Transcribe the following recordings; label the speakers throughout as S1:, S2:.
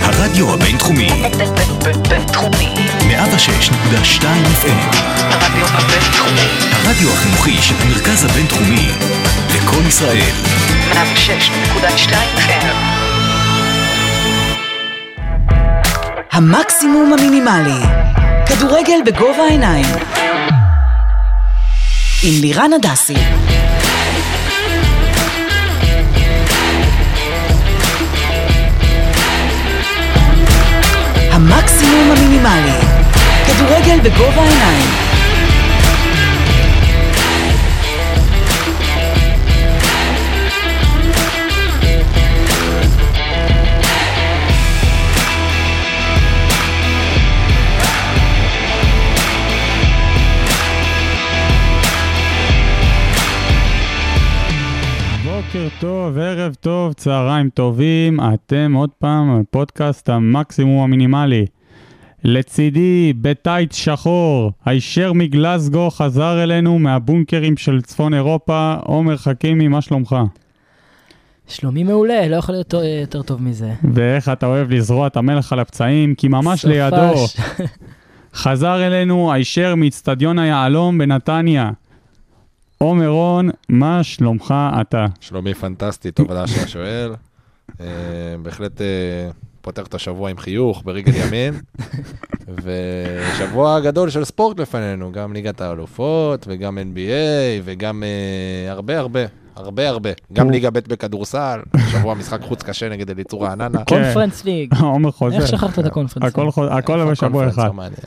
S1: הרדיו הבינתחומי,
S2: בינתחומי.
S1: 106.2 FM,
S2: הרדיו הבינתחומי.
S1: הרדיו החינוכי של המרכז הבינתחומי, לקום ישראל,
S2: 106.2 FM.
S3: המקסימום המינימלי. כדורגל בגובה העיניים. עם לירן הדסי. המקסימום המינימלי. כדורגל בגובה העיניים.
S4: בוקר טוב, ערב טוב, צהריים טובים, אתם עוד פעם פודקאסט המקסימום המינימלי. לצידי, בטייט שחור, הישר מגלסגו חזר אלינו מהבונקרים של צפון אירופה, עומר חכימי, מה שלומך?
S5: שלומי מעולה, לא יכול להיות אה, יותר טוב מזה.
S4: ואיך אתה אוהב לזרוע את המלח על הפצעים, כי ממש
S5: סופש.
S4: לידו כן. חזר אלינו הישר מאיצטדיון היהלום בנתניה. עומר רון, מה שלומך אתה?
S6: שלומי פנטסטי, תודה שאתה שואל. אה, בהחלט אה, פותח את השבוע עם חיוך ברגל ימין. ושבוע גדול של ספורט לפנינו, גם ליגת האלופות, וגם NBA, וגם אה, הרבה הרבה, הרבה הרבה. גם ליגה ב' בכדורסל, שבוע משחק חוץ קשה נגד אליצור רעננה.
S5: קונפרנס ליג.
S4: עומר חוזר.
S5: איך שכחת את הקונפרנס?
S4: הכל חוזר, הכל בשבוע
S6: קונפרנס,
S4: אחד.
S6: לא מעניין.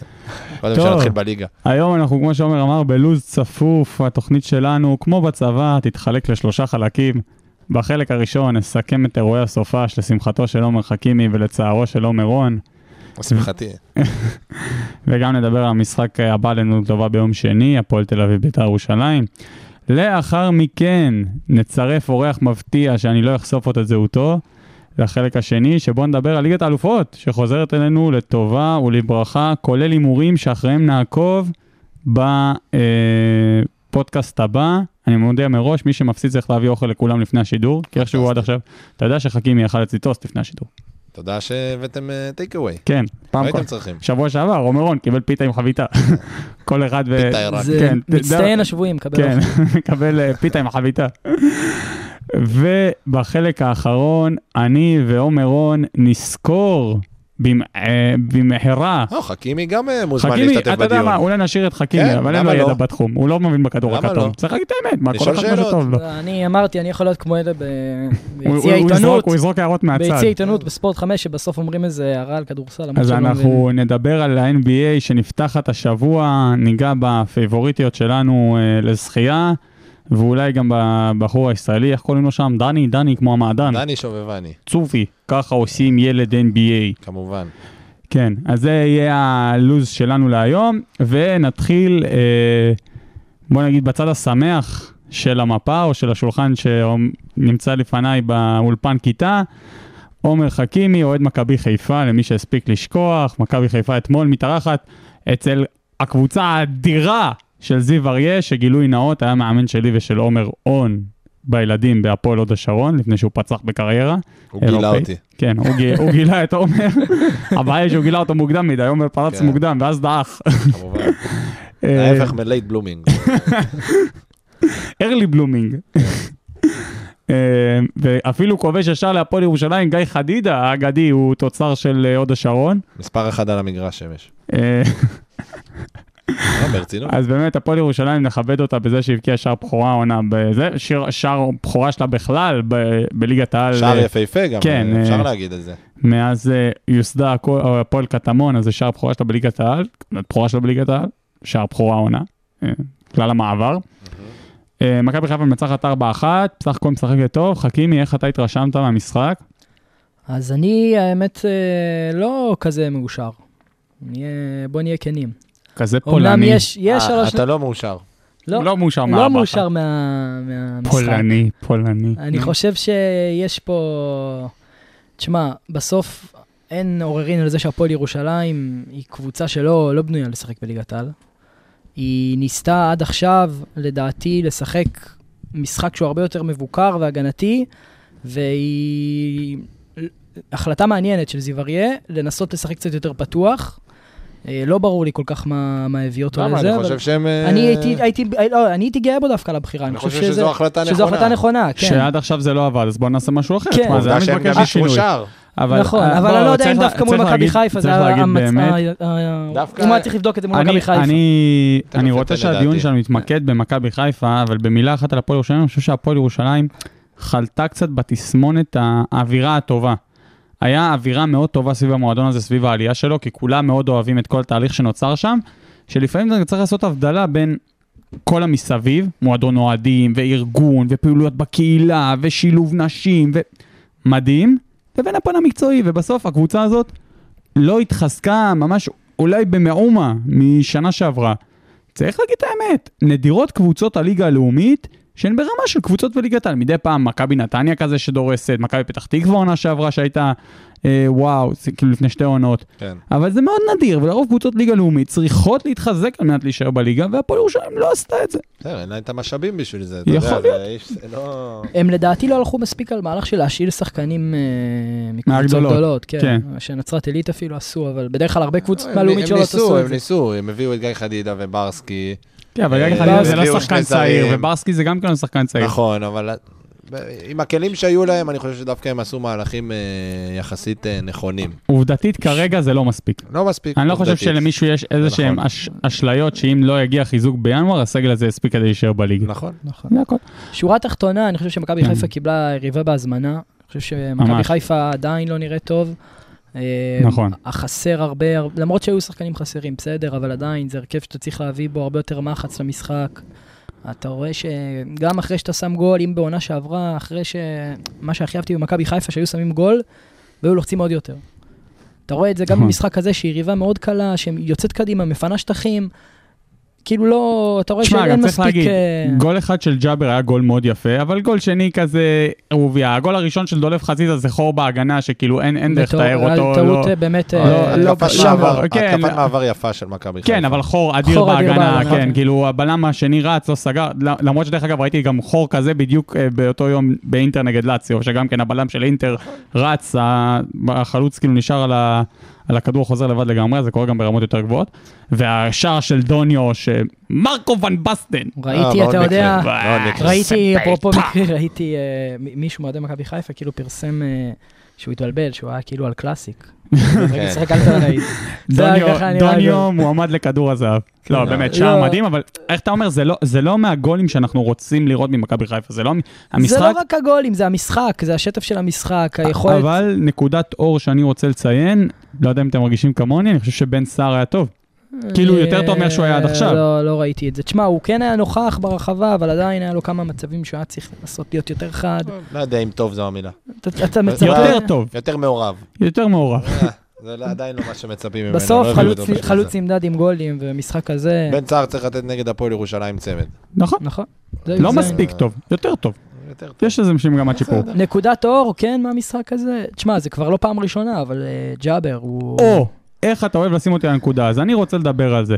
S6: קודם
S4: טוב.
S6: שנתחיל בליגה.
S4: היום אנחנו, כמו שעומר אמר, בלוז צפוף, התוכנית שלנו, כמו בצבא, תתחלק לשלושה חלקים. בחלק הראשון נסכם את אירועי הסופש לשמחתו של עומר חכימי ולצערו של עומר רון,
S6: לשמחתי.
S4: וגם נדבר על המשחק אה, הבא לנו לטובה ביום שני, הפועל תל אביב בית"ר ירושלים. לאחר מכן נצרף אורח מפתיע שאני לא אחשוף אותו את זהותו, לחלק השני, שבו נדבר על ליגת האלופות, שחוזרת אלינו לטובה ולברכה, כולל הימורים שאחריהם נעקוב בפודקאסט הבא. אני מודיע מראש, מי שמפסיד צריך להביא אוכל לכולם לפני השידור, כי איכשהו עד עכשיו, אתה יודע שחכימי אכל אצלי טוסט לפני השידור.
S6: תודה שהבאתם אה, טייק אווי.
S4: כן,
S6: לא
S4: פעם כל...
S6: הייתם צריכים.
S4: שבוע שעבר, עומר רון קיבל פיתה עם חביתה. כל אחד ו...
S6: פיתה עיראק.
S5: זה
S4: כן,
S5: מצטיין השבויים, קבל
S4: כן,
S5: אוכל.
S4: מקבל אה, פיתה עם החביתה. ובחלק האחרון, אני ועומר רון נסקור במ- אה, במהרה.
S6: לא, חכימי גם אה, מוזמן
S4: חכימי,
S6: להשתתף
S4: אתה
S6: בדיון.
S4: יודע מה, אולי נשאיר את חכימי,
S6: כן,
S4: אבל אין לו
S6: למה
S4: ידע
S6: לא?
S4: בתחום, הוא לא מבין בכדור
S6: למה
S4: הכתום.
S6: לא?
S4: צריך להגיד את האמת, מה, כל
S6: לשאול
S4: אחד מה
S6: שאלות.
S4: שטוב לו.
S5: אני אמרתי, אני יכול להיות כמו אלה ב-
S4: לא. הוא- הוא-
S5: ביציע
S4: הוא יזרוק-
S5: העיתונות,
S4: הוא יזרוק הערות מהצד.
S5: ביציע העיתונות בספורט 5, שבסוף אומרים איזה הערה על כדורסל, למרות
S4: אז
S5: שלא מבינים.
S4: אנחנו נדבר על ה-NBA שנפתחת השבוע, ניגע בפייבוריטיות שלנו אה, לזכייה, ואולי גם בבחור הישראלי, איך קוראים לו שם? דני, דני כמו המעדן,
S6: דני שובבני,
S4: צופי, ככה עושים ילד NBA.
S6: כמובן.
S4: כן, אז זה יהיה הלוז שלנו להיום, ונתחיל, אה, בוא נגיד, בצד השמח של המפה או של השולחן שנמצא לפניי באולפן כיתה. עומר חכימי, אוהד מכבי חיפה, למי שהספיק לשכוח, מכבי חיפה אתמול מתארחת אצל הקבוצה האדירה של זיו אריה, שגילוי נאות היה מאמן שלי ושל עומר און בילדים בהפועל הוד השרון, לפני שהוא פצח בקריירה.
S6: הוא גילה
S4: אירופאית.
S6: אותי.
S4: כן, הוא, גיל, הוא גילה את עומר, הבעיה היא שהוא גילה אותו מוקדם מדי, עומר פרץ
S6: כן.
S4: מוקדם, ואז דעך.
S6: כמובן.
S4: אה.
S6: ההפך מלייט בלומינג.
S4: ארלי בלומינג.
S6: כן.
S4: אה, ואפילו כובש ישר להפועל ירושלים, גיא חדידה האגדי, הוא תוצר של אה, הוד השרון.
S6: מספר אחד על המגרש שמש.
S4: אה,
S6: לא, ברצינות.
S4: אז באמת, הפועל ירושלים, נכבד אותה בזה שהבקיעה שער בכורה העונה בזה, שיר- שער בכורה שלה בכלל ב- בליגת העל. אה,
S6: שער יפהפה גם,
S4: כן,
S6: אה,
S4: אה,
S6: אפשר להגיד את זה.
S4: מאז אה, יוסדה הכל- אה, הפועל קטמון, אז זה שער בכורה שלה בליגת העל, בכורה שלה בליגת העל, שער בכורה העונה, אה, כלל המעבר. אה, מכבי חיפה מנצחת 4-1, בסך הכל משחקת טוב. חכימי, איך אתה התרשמת מהמשחק?
S5: אז אני, האמת, אה, לא כזה מאושר. נהיה- בוא נהיה כנים.
S4: כזה פולני.
S5: אומנם יש, יש
S6: אה,
S5: שלוש...
S6: אתה לא מאושר.
S5: לא,
S4: לא מאושר
S5: לא
S4: מהבחר.
S5: מאושר מה- מהמשחק.
S4: פולני, פולני. אה,
S5: אני חושב שיש פה... תשמע, בסוף אין עוררין על זה שהפועל ירושלים היא קבוצה שלא לא בנויה לשחק בליגת העל. היא ניסתה עד עכשיו, לדעתי, לשחק משחק שהוא הרבה יותר מבוקר והגנתי, והיא... החלטה מעניינת של זיו אריה, לנסות לשחק קצת יותר פתוח. אה, לא ברור לי כל כך מה, מה הביא אותו
S6: למה?
S5: לזה,
S6: אני חושב שהם... אה,
S5: אני הייתי, הייתי, לא, אני הייתי גאה בו דווקא על הבחירה,
S6: אני חושב שזו החלטה
S5: שזו
S6: נכונה.
S5: החלטה נכונה, כן.
S4: שעד עכשיו זה לא עבד, אז בואו נעשה משהו אחר.
S5: כן.
S4: תשמע, זה היה
S6: עובדה שהם גם
S4: מתבקש
S6: אישרו
S4: בשינוי.
S6: שער.
S4: אבל-
S5: נכון,
S4: אה,
S5: אבל
S4: בוא,
S5: אני לא יודע אם
S4: צריך לה-
S5: דווקא מול
S4: צריך
S5: מכבי
S4: להגיד-
S5: חיפה, זה
S4: צריך
S5: היה
S4: להגיד
S5: המצ-
S4: באמת,
S5: ה- ה-
S6: דווקא-
S5: הוא היה צריך לבדוק את זה מול
S4: אני,
S5: מכבי חיפה.
S4: אני,
S6: תכף
S4: אני
S6: אתן
S4: רוצה
S6: לדעתי.
S4: שהדיון שלנו יתמקד במכבי חיפה, אבל במילה אחת על הפועל ירושלים, אני חושב שהפועל ירושלים חלתה קצת בתסמונת האווירה הטובה. היה אווירה מאוד טובה סביב המועדון הזה, סביב העלייה שלו, כי כולם מאוד אוהבים את כל התהליך שנוצר שם, שלפעמים אתה צריך לעשות הבדלה בין כל המסביב, מועדון אוהדים, וארגון, ופעילויות בקהילה, ושילוב נשים, ו... מדהים, לבין הפן המקצועי, ובסוף הקבוצה הזאת לא התחזקה ממש אולי במאומה משנה שעברה. צריך להגיד את האמת, נדירות קבוצות הליגה הלאומית שהן ברמה של קבוצות וליגת העל. מדי פעם מכבי נתניה כזה שדורסת, מכבי פתח תקווה עונה שעברה שהייתה אה, וואו, זה כאילו לפני שתי עונות.
S6: כן.
S4: אבל זה מאוד נדיר, ולרוב קבוצות ליגה לאומית צריכות להתחזק על מנת להישאר בליגה, והפועל ירושלים לא עשתה את זה.
S6: בסדר, אין להם את המשאבים בשביל זה.
S4: יכול
S6: להיות. זה לא...
S5: הם לדעתי לא הלכו מספיק על מהלך של להשאיל שחקנים אה, מקבוצות
S4: מהגדולות,
S5: גדולות, כן.
S4: כן.
S5: שנצרת עילית אפילו עשו, אבל בדרך כלל הרבה קבוצות
S6: אה, הם-
S5: מהלאומית
S6: הם
S5: שלו לא
S6: ניסו,
S5: עשו
S6: הם
S5: את זה.
S6: ניסו, הם הביאו את גיא חדידה וברסקי.
S4: כן, אבל רגע
S6: אה,
S4: אחד, זה
S6: הביאו
S4: לא
S6: שני
S4: שחקן צעיר,
S6: זרים.
S4: וברסקי זה גם כן לא שחקן צעיר.
S6: נכון, אבל ב- עם הכלים שהיו להם, אני חושב שדווקא הם עשו מהלכים אה, יחסית אה, נכונים.
S4: עובדתית כרגע זה לא מספיק.
S6: לא מספיק.
S4: אני לא חושב
S6: עובדתית.
S4: שלמישהו יש איזה
S6: נכון.
S4: שהם אש- אשליות שאם לא יגיע חיזוק בינואר, הסגל הזה יספיק כדי להישאר בליגה.
S6: נכון, נכון.
S4: זה הכל.
S5: שורה תחתונה, אני חושב שמכבי
S4: כן.
S5: חיפה קיבלה יריבה בהזמנה. אני חושב שמכבי
S4: ממש.
S5: חיפה עדיין לא נראית טוב. אה,
S4: נכון.
S5: החסר הרבה, הר- למרות שהיו שחקנים חסרים, בסדר, אבל עדיין זה הרכב שאתה צריך להביא בו הרבה יותר מחץ למשחק. אתה רואה שגם אחרי שאתה שם גול, אם בעונה שעברה, אחרי ש... מה שהכי אהבתי במכבי חיפה, שהיו שמים גול, והיו לוחצים עוד יותר. אתה רואה את זה גם
S4: נכון.
S5: במשחק הזה, שהיא יריבה מאוד קלה, שיוצאת קדימה, מפנה שטחים. כאילו לא, אתה רואה
S4: תשמע,
S5: שאין
S4: גם צריך
S5: מספיק...
S4: להגיד,
S5: אה,
S4: גול אחד של ג'אבר היה גול מאוד יפה, אבל גול שני כזה ערוביה. הגול הראשון של דולף חזיזה זה חור בהגנה, שכאילו אין אין דרך
S5: בתור-
S4: לתאר
S5: על
S4: אותו.
S5: טעות
S4: לא-
S5: אה, באמת...
S4: לא,
S5: אה,
S4: לא
S6: התקפת
S4: בשם,
S6: מעבר,
S4: אבל- כן,
S6: התקפת
S4: לא-
S6: מעבר יפה של מכבי חיפה.
S4: כן, אבל חור אדיר
S5: חור אדיר
S4: בהגנה,
S5: בהגנה,
S4: כן,
S5: כן.
S4: כאילו הבלם השני רץ, לא סגר, למרות שדרך אגב ראיתי גם חור כזה בדיוק אה, באותו יום באינטר נגד לאציו, שגם כן הבלם של אינטר רץ, ה- החלוץ כאילו נשאר על, ה, על הכדור חוזר לבד לגמרי, זה קורה גם ברמות יותר גבוהות, והשער של דוניו, שמרקו ון בסטן,
S6: אה,
S5: ראיתי,
S6: מאוד
S5: אתה יודע,
S6: מקרה, מאוד מקרה.
S5: ראיתי, אפרופו מקרה, ראיתי אה, מ- מישהו מאוהדי מכבי חיפה, כאילו פרסם אה, שהוא התבלבל, שהוא היה כאילו על קלאסיק.
S6: כן.
S5: רגע, שיחק על תלנאית. זה היה ככה
S4: דוניו,
S5: נראה
S4: דוניו מועמד לכדור הזהב. לא, באמת, שער
S5: לא.
S4: מדהים, אבל איך אתה אומר, זה לא- זה לא מהגולים שאנחנו רוצים לראות ממכבי חיפה, זה לא... מ-
S5: זה לא
S4: המשחק
S5: רק הגולים, זה המשחק, זה השטף של המשחק, היכולת...
S4: אבל נקודת אור שאני רוצה לציין, לא יודע אם אתם מרגישים כמוני, אני חושב שבן סער היה טוב. כאילו, יותר טוב מאיך שהוא היה עד
S5: אה,
S4: עכשיו.
S5: לא, לא ראיתי את זה. תשמע, הוא כן היה נוכח ברחבה, אבל עדיין היה לו כמה מצבים שהוא היה צריך לנסות להיות יותר חד.
S6: לא יודע אם טוב זו המילה.
S5: אתה- אתה מצפה...
S6: כן,
S4: יותר טוב,
S6: יותר מעורב.
S4: יותר מעורב.
S6: אה, זה לא- עדיין לא מה שמצפים ממנו.
S5: בסוף
S6: לא הביאו
S5: חלוץ-
S6: אותו בשביל
S5: חלוץ
S6: זה.
S5: נמדד עם גולים, ומשחק כזה...
S6: בן צהר צריך לתת נגד הפועל ירושלים צמד.
S4: נכון.
S5: נכון. זה-
S4: לא
S5: זה-
S4: מספיק טוב, יותר טוב.
S6: יותר טוב.
S4: יש איזה מגמת שיפור.
S5: נקודת אור, כן, מהמשחק הזה. תשמע, זה כבר לא פעם ראשונה, אבל אה, ג'אבר הוא...
S4: או, איך אתה אוהב לשים אותי על הנקודה, אז אני רוצה לדבר על זה.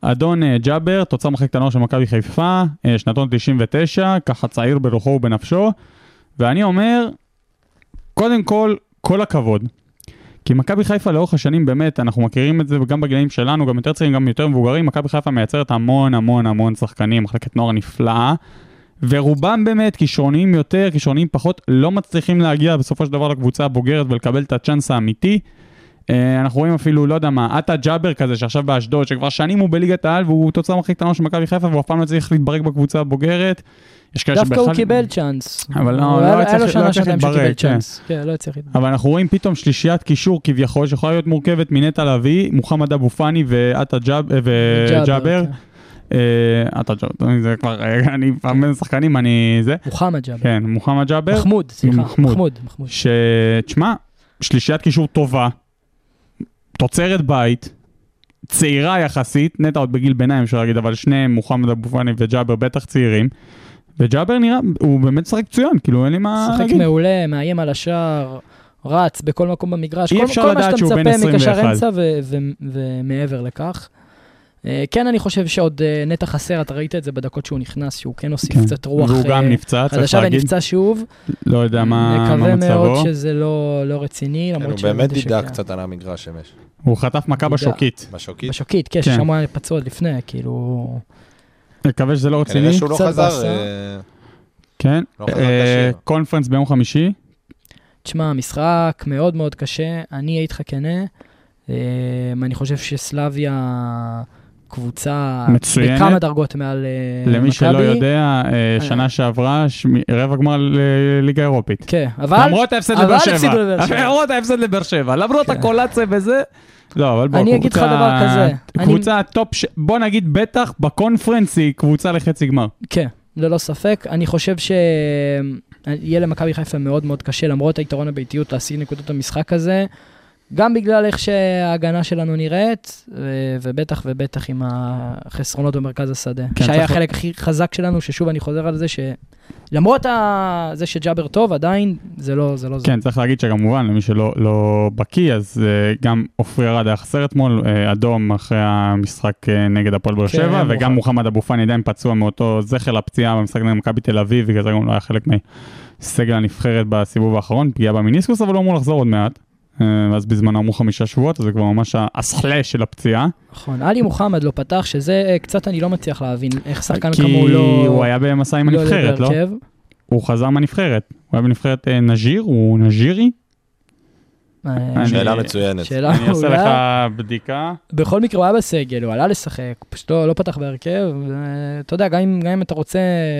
S4: אדון אה, ג'אבר, תוצר מחלקת הנוער של מכבי חיפה, אה, שנתון 99, ככה צעיר ברוחו ובנפשו, ואני אומר, קודם כל, כל הכבוד. כי מכבי חיפה לאורך השנים, באמת, אנחנו מכירים את זה גם בגילאים שלנו, גם יותר צעירים, גם יותר מבוגרים, מכבי חיפה מייצרת המון המון המון שחקנים, מחלקת נוער נפלאה, ורובם באמת כישרוניים יותר, כישרוניים פחות, לא מצליחים להגיע בסופו של דבר לקבוצה הבוגרת ולקבל את הצ'אנס האמיתי. אה, אנחנו רואים אפילו, לא יודע מה, עטה ג'אבר כזה שעכשיו באשדוד, שכבר שנים הוא בליגת העל והוא תוצר מחלקת הנוער של מכבי חיפה והוא אף פעם לא צריך להתברג בקבוצה הבוגרת. יש כאלה
S5: דווקא הוא
S4: שבכלל-
S5: קיבל צ'אנס.
S4: אבל לא,
S5: הוא
S4: לא
S5: היה-
S4: היה
S5: היה לו
S4: צריך- לא
S5: שנה
S4: היה צריך
S5: שנתיים שהוא קיבל
S4: להתברג, כן.
S5: צ'אנס. כן, לא הצליח להתברג.
S4: אבל אנחנו רואים פתאום שלישיית קישור כביכול, שיכולה להיות מורכבת מנטע לביא, מוחמד אבו פאני ועטה ג'אב- אה, וג'אבר.
S5: כן.
S4: אה, עטה ג'אבר, זה כבר, אה, אני פעם בין שחקנים, אני זה.
S5: מוחמד ג'אבר.
S4: כן, מוחמד ג'אבר.
S5: מחמוד, סליחה.
S4: מחמוד.
S5: מחמוד, מחמוד.
S4: ש... תשמע, שלישיית קישור טובה, תוצרת בית, צעירה יחסית, נטע עוד בגיל ביניים אפשר להגיד, אבל שניהם, מוחמד אבו פאני וג'אבר בטח צעירים. וג'אבר נראה, הוא באמת משחק מצוין, כאילו אין לי מה
S5: משחק
S4: להגיד.
S5: מעולה, מאיים על השער, רץ בכל מקום במגרש.
S4: אי
S5: כל-
S4: אפשר
S5: כל מה
S4: לדעת
S5: שאתה
S4: שהוא בן
S5: מצפה מקשר
S4: 21.
S5: אמצע ו- ו- ומעבר לכך. אה, אה, כן, אני חושב שעוד אה, נטע חסר, אתה ראית את זה בדקות שהוא נכנס, שהוא כן הוסיף
S4: כן.
S5: קצת רוח
S4: והוא
S5: אה,
S4: גם נפצע, צריך
S5: חדשה
S4: להגיד.
S5: ונפצע שוב.
S4: לא יודע מה מה
S5: נקווה מאוד
S4: מצבו.
S5: שזה לא לא רציני,
S6: כן, הוא
S5: למרות
S6: באמת
S5: שהבנתי
S6: דידה
S5: שכן.
S6: קצת על המגרש אמש.
S4: הוא חטף מכה
S5: יודע.
S4: בשוקית.
S6: בשוקית.
S5: בשוקית, כן,
S4: כן.
S5: ששם הוא היה פצוע עוד לפני, כאילו...
S4: נקווה שזה לא רציני.
S6: כנראה שהוא לא
S5: קצת
S6: חזר,
S5: באסה.
S6: אה,
S4: כן.
S6: לא חזר
S4: אה,
S6: כשיר.
S4: קונפרנס ביום חמישי.
S5: תשמע, משחק מאוד מאוד קשה, אני אהיה איתך כנה. אמ, אני חושב שסלאביה קבוצה
S4: מצוינת.
S5: בכמה דרגות מעל אה, מכבי.
S4: למי שלא יודע, אה, שנה שעברה, שמ- רבע גמר לליגה אירופית.
S5: כן, אבל
S4: למרות ההפסד
S5: אבל
S4: לבאר שבע.
S5: הפסידו לבאר שבע.
S4: למרות ההפסד לבאר שבע. למרות
S5: כן.
S4: הקולציה וזה. לא, אבל בוא,
S5: אני אגיד לך
S4: קבוצה-
S5: דבר כזה, אני-
S4: קבוצה טופ, ש- בוא נגיד בטח בקונפרנס היא קבוצה לחצי גמר.
S5: כן, ללא ספק. אני חושב שיהיה למכבי חיפה מאוד מאוד קשה, למרות היתרון הביתיות, להשיג נקודות במשחק הזה. גם בגלל איך שההגנה שלנו נראית, ו- ובטח ובטח עם החסרונות במרכז השדה.
S4: כן,
S5: כן, שהיה
S4: צריך-
S5: החלק הכי חזק שלנו, ששוב אני חוזר על זה, שלמרות ה... זה שג'אבר טוב, עדיין זה לא זה. לא זה.
S4: כן, צריך להגיד שכמובן, למי שלא לא בקיא, אז אה, גם עופרי ארד היה חסר אתמול, אה, אדום אחרי המשחק אה, נגד הפועל באר
S5: כן,
S4: שבע,
S5: מוחמד.
S4: וגם מוחמד אבו פאני עדיין פצוע מאותו זכר לפציעה במשחק נגד מכבי תל אביב, בגלל זה גם לא היה חלק מסגל הנבחרת בסיבוב האחרון, פגיעה במיניסקוס, אבל הוא אמור לחזור עוד מעט. אה, ואז בזמנו אמרו חמישה שבועות, אז זה כבר ממש הסחלה של הפציעה.
S5: נכון, עלי מוחמד לא פתח, שזה אה, קצת אני לא מצליח להבין, איך שחקן
S4: כי
S5: כמוהו לא...
S4: הוא היה במסע עם
S5: לא
S4: הנבחרת, לא?
S5: בהרכב.
S4: הוא חזר מהנבחרת. הוא היה בנבחרת אה, נג'יר, הוא נג'ירי?
S5: אה,
S4: לא? אני-
S6: שאלה מצוינת.
S5: שאלה
S4: אני אעשה
S5: מעולה.
S4: לך בדיקה.
S5: בכל מקרה, הוא היה בסגל, הוא עלה לשחק, הוא פשוט לא, לא פתח בהרכב. אה, אתה יודע, גם אם, גם אם אתה רוצה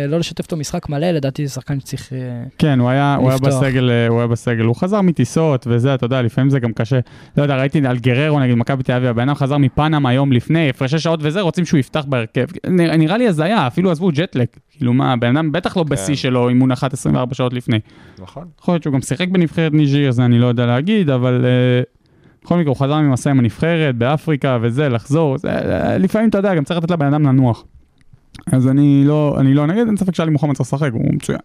S5: לא לשתף אותו משחק מלא, לדעתי זה שחקן שצריך... אה,
S4: כן, הוא היה, הוא היה
S5: לפתוח.
S4: בסגל, אה, הוא היה בסגל, הוא חזר מטיסות וזה, אתה יודע, לפעמים זה גם קשה. לא יודע, ראיתי על גררו נגיד מכבי תל אביב, הבן אדם חזר מפנמה יום לפני, הפרשי שעות וזה, רוצים שהוא יפתח בהרכב. נראה, נראה לי הזיה, אפילו עזבו ג'טלק. כאילו מה, הבן אדם בטח לא בשיא שלו אם הוא נחת 24 שעות לפני.
S6: נכון.
S4: יכול להיות שהוא גם שיחק בנבחרת ניג'יר, זה אני לא יודע להגיד, אבל אה, בכל מקרה, הוא חזר ממסע עם הנבחרת באפריקה וזה, לחזור, זה, אה, לפעמים אתה יודע, גם צריך לתת לבן אדם לנוח. אז אני לא, אני לא נגד, אין ספק שאלי מוחמד צריך לשחק, הוא מצוין.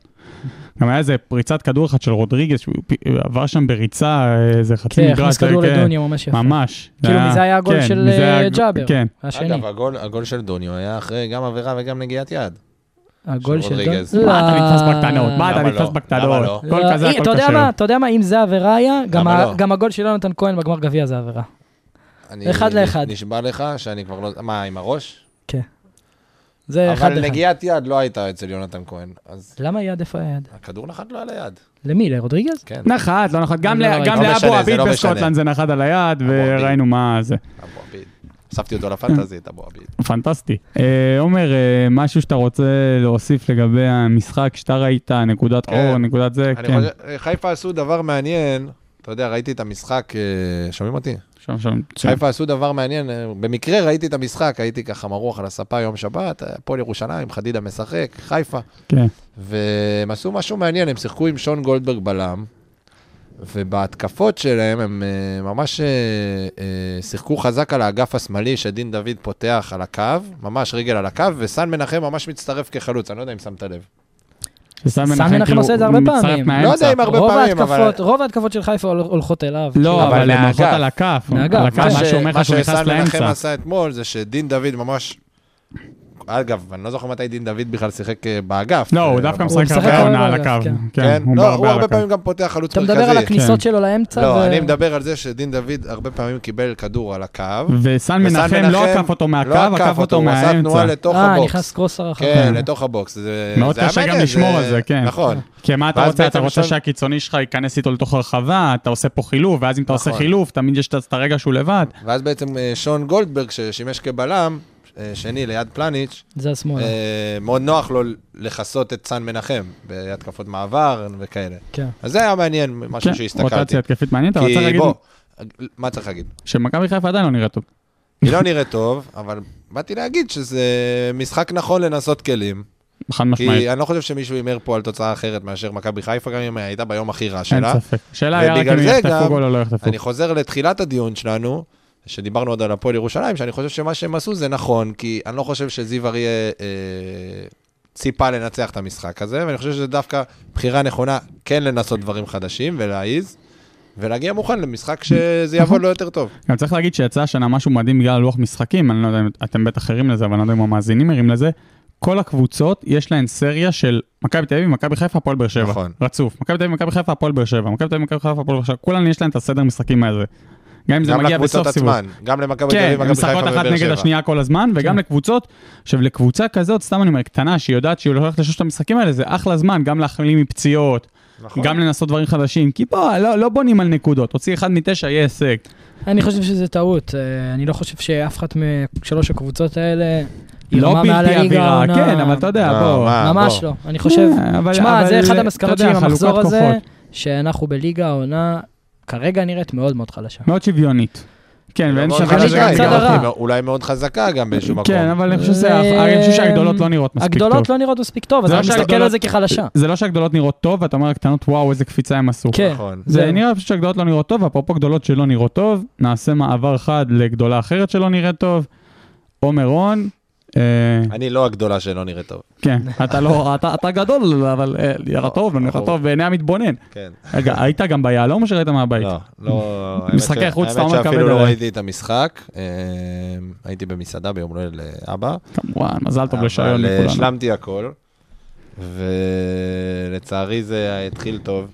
S4: גם היה איזה פריצת כדור אחת של רודריגז, שהוא פ- עבר שם בריצה, אה, איזה חצי
S5: כן, הכניס
S4: אה,
S5: כדור
S4: כן,
S5: לדוניה ממש יפה.
S4: ממש.
S5: כאילו,
S4: זה
S5: מזה היה הגול
S4: כן,
S5: של,
S4: מזה היה
S5: אה,
S4: הג-
S5: ג'אבר.
S4: כן,
S5: השני,
S6: אגב, הגול- הגול של דוניו היה אחרי גם עבירה וגם נגיעת יד.
S5: הגול של
S6: של
S5: דון.
S6: רודריגז.
S5: לא.
S4: מה אתה נתפס בקטנות? מה אתה
S6: למה
S4: נתפס
S6: לא? למה
S4: בקטנות?
S6: לא?
S4: כל
S5: לא,
S4: כזה,
S5: אי,
S4: הכל
S5: אתה יודע
S4: כשר.
S5: מה? אתה יודע מה? אם זה עבירה היה, גם
S6: למה
S5: ה-
S6: לא?
S5: גם הגול של יונתן כהן בגמר גביע זה עבירה.
S6: אני
S5: אחד לאחד.
S6: נשבע לך שאני כבר לא... מה, עם הראש?
S5: זה אחד
S6: אבל
S5: אחד.
S6: נגיעת יד לא הייתה אצל יונתן כהן, אז
S5: למה יד? איפה היד?
S6: הכדור נחת לו על היד.
S5: למי? לרודריגז?
S6: כן.
S4: נחת, לא נחת, גם
S5: לא
S4: ל-
S5: ראיתי.
S4: גם
S6: לא משנה,
S4: לאבו
S6: זה
S4: עביד
S6: לא משנה.
S4: בסקוטלנד זה נחת על היד,
S6: עביד.
S4: וראינו מה זה.
S6: אבו עביד. אספתי אותו לפנטזית, אבו עביד.
S4: פנטסטי. אה, עומר, אה, משהו שאתה רוצה להוסיף לגבי המשחק שאתה ראית, נקודת
S6: כן.
S4: אור, נקודת זה,
S6: אני
S4: כן.
S6: חושב- אה, חיפה עשו דבר מעניין, אתה יודע, ראיתי את המשחק, אה, שומעים אותי?
S4: שם, שם, שם.
S6: חיפה עשו דבר מעניין, אה, במקרה ראיתי את המשחק, הייתי ככה מרוח על הספה יום שבת, אה, הפועל ירושלים, חדידה משחק, חיפה,
S4: כן.
S6: והם עשו משהו מעניין, הם שיחקו עם שון גולדברג בלם, ובהתקפות שלהם הם אה, ממש אה, אה, שיחקו חזק על האגף השמאלי, שדין דוד פותח על הקו, ממש רגל על הקו, וסן מנחם ממש מצטרף כחלוץ, אני לא יודע אם שמת לב.
S4: שסן
S5: סן מנחם
S4: כאילו,
S5: עושה את זה הרבה
S4: הוא מצטרף
S5: פעמים.
S4: מהאמצע.
S6: לא יודע אם הרבה
S5: רוב
S6: פעמים, אבל-
S5: ההתקפות- רוב ההתקפות של חיפה הול- הולכות אליו. כאילו,
S4: לא,
S6: אבל
S4: אבל הם
S6: מהאגף.
S4: הולכות על הכף.
S5: מהאגף.
S4: על הכף,
S5: מה
S4: מה
S5: ש-
S4: שאומר לך שהוא נכנס
S6: מה שסן מנחם
S4: לאמצע.
S6: עשה אתמול זה שדין דוד ממש... אגב, אני לא זוכר מתי דין דוד בכלל שיחק אה, באגף.
S4: לא, הוא
S6: אה,
S4: דווקא
S6: אבל-
S4: משחק
S5: משחק
S4: הרבה
S5: הרבה
S4: עונה על
S5: באגף,
S4: הקו.
S5: כן.
S4: כן,
S6: לא,
S4: בא
S6: הוא הרבה
S4: על הקו.
S6: פעמים גם פותח חלוץ
S5: אתה
S6: מרכזי.
S5: מדבר על
S4: כן.
S5: הכניסות שלו לאמצע? ו-
S6: לא, אני מדבר על זה שדין דוד הרבה פעמים קיבל כדור על הקו.
S4: וסן מנחם לא עקף אותו מהקו,
S6: לא
S4: עקף אותו
S6: הוא עשה תנועה
S4: מהאמצע.
S6: לתוך
S5: אה,
S6: הבוקס.
S5: נכנס קרוס הרחב.
S6: כן, לתוך הבוקס. זה-
S4: מאוד
S6: זה היה
S4: קשה גם
S6: מעניין,
S4: לשמור
S6: זה-
S4: על זה, כן.
S6: נכון.
S4: כי מה אתה
S6: ואז
S4: רוצה? אתה
S6: בעצם
S4: רוצה
S6: שם-
S4: שהקיצוני שלך ייכנס איתו לתוך הרחבה, אתה עושה פה חילוף, ואז אם אתה עושה
S6: נכון.
S4: חילוף, תמיד יש את את הרגע שהוא לבד.
S6: ואז בעצם אה, שון גולדברג, ששימש כבלם, אה, שני ליד פלניץ',
S5: זה השמאלה.
S6: אה,
S5: נכון.
S6: מאוד נוח לו לכסות את סן מנחם בהתקפות מעבר וכאלה.
S5: כן.
S6: אז זה היה מעניין, משהו שהסתכלתי.
S4: כן, רוטציה התקפית מעניינת, אבל צריך
S6: כי
S4: להגיד
S6: בוא, מה צריך להגיד?
S4: שמכבי חיפה עדיין לא נראה טוב.
S6: היא לא נראית טוב, אבל באתי להגיד שזה משחק נכון לנסות כלים.
S4: חד משמעית.
S6: כי אני לא חושב שמישהו הימר פה על תוצאה אחרת מאשר מכבי חיפה, גם אם היא הייתה ביום הכי רע
S4: אין
S6: שלה.
S4: ספק. השאלה היא רק
S6: ובגלל
S4: אם
S6: זה
S4: יחטפו
S6: גם
S4: גול או לא יחטפו.
S6: אני חוזר לתחילת הדיון שלנו, שדיברנו עוד על הפועל ירושלים, שאני חושב שמה שהם עשו זה נכון, כי אני לא חושב שזיו אריה אה, ציפה לנצח את המשחק הזה, ואני חושב שזה דווקא בחירה נכונה כן לנסות דברים חדשים ולהעיז. ולהגיע מוכן למשחק שזה
S4: נכון.
S6: יעבוד לו יותר טוב.
S4: גם צריך להגיד שיצא השנה משהו מדהים בגלל לוח משחקים, אני לא יודע אם אתם בטח ערים לזה, אבל אני לא יודע אם המאזינים ערים לזה. כל הקבוצות, יש להן סריה של מכבי תל אביב, מכבי חיפה, הפועל באר שבע.
S6: נכון.
S4: רצוף. מכבי תל אביב, מכבי חיפה, הפועל באר שבע. מכבי תל אביב, מכבי חיפה, הפועל באר שבע. כולן יש להן את הסדר משחקים הזה. גם אם זה
S6: גם
S4: מגיע
S6: לקבוצות
S4: בסוף סיבוב.
S6: עצמן, גם למכבי תל
S4: כן,
S6: אביב,
S4: הן
S6: מכבי חיפה
S4: משחקות אחת
S6: ובאר
S4: נגד
S6: שבע. כן.
S4: השנייה כל הזמן, וגם לקבוצות. עכשיו, לקבוצה כזאת, סתם אני אומר, קטנה, שהיא יודעת שהיא הולכת לשלושת המשחקים האלה, זה אחלה זמן, גם להחלים מפציעות,
S6: נכון.
S4: גם לנסות דברים חדשים, כי פה לא, לא בונים על נקודות, הוציא אחד מתשע, יהיה הישג.
S5: אני חושב שזה טעות, אה, אני לא חושב שאף אחת משלוש הקבוצות האלה היא
S4: לא
S5: רמה מעל
S4: בלתי
S5: הליגה
S4: עבירה,
S5: העונה.
S4: כן, אבל אתה יודע,
S6: לא,
S4: בוא.
S6: מה,
S5: ממש
S6: בוא.
S5: לא, אני חושב,
S4: אה, אבל-
S5: שמע, זה
S4: אבל,
S5: אחד
S4: אה,
S5: המסקנות
S4: אתה
S5: שלי
S4: יודע,
S5: מהמחזור
S4: חלוקת
S5: הזה,
S4: כוחות.
S5: שאנחנו בליגה העונה כרגע נראית מאוד מאוד חלשה.
S4: מאוד שוויונית. כן, ואין
S6: מאוד
S4: שם...
S5: חלשה,
S6: חזקה,
S5: גם
S6: היא
S5: צד
S6: גם
S5: הרע.
S6: אולי- אולי מאוד חזקה גם באיזשהו מקום.
S4: כן, אבל אני חושב שזה-
S5: אה,
S4: אני חושב שהגדולות לא נראות מספיק טוב.
S5: הגדולות לא נראות מספיק טוב, אז
S4: זה
S5: אני
S4: לא
S5: מסתכל
S4: שהגדולות-
S5: על זה כחלשה.
S4: זה לא שהגדולות נראות טוב, ואתה אומר לקטנות, וואו, איזה קפיצה הם עשו.
S5: כן,
S6: נכון.
S4: זה
S5: זהו.
S4: נראה פשוט שהגדולות לא נראות טוב, אפרופו גדולות שלא נראות טוב, נעשה מעבר חד לגדולה אחרת שלא נראית טוב. עומר רון, אה,
S6: אני לא הגדולה שלא נראית טוב.
S4: כן, אתה לא, אתה אתה גדול, אבל אה, נראה טוב, נראה
S6: ברור.
S4: טוב בעיני המתבונן.
S6: כן.
S4: רגע, היית גם ביהלום או שראית מהבית?
S6: לא, לא... האמת
S4: משחקי
S6: ש-
S4: חוץ, אתה אומר,
S6: האמת שאפילו
S4: כבד
S6: לא
S4: עליי.
S6: ראיתי את המשחק. אה, הייתי במסעדה ביום הולדת לאבא.
S4: כמובן, מזל טוב לשריון
S6: אבל אה,
S4: לכולנו.
S6: השלמתי הכל, ולצערי זה התחיל טוב.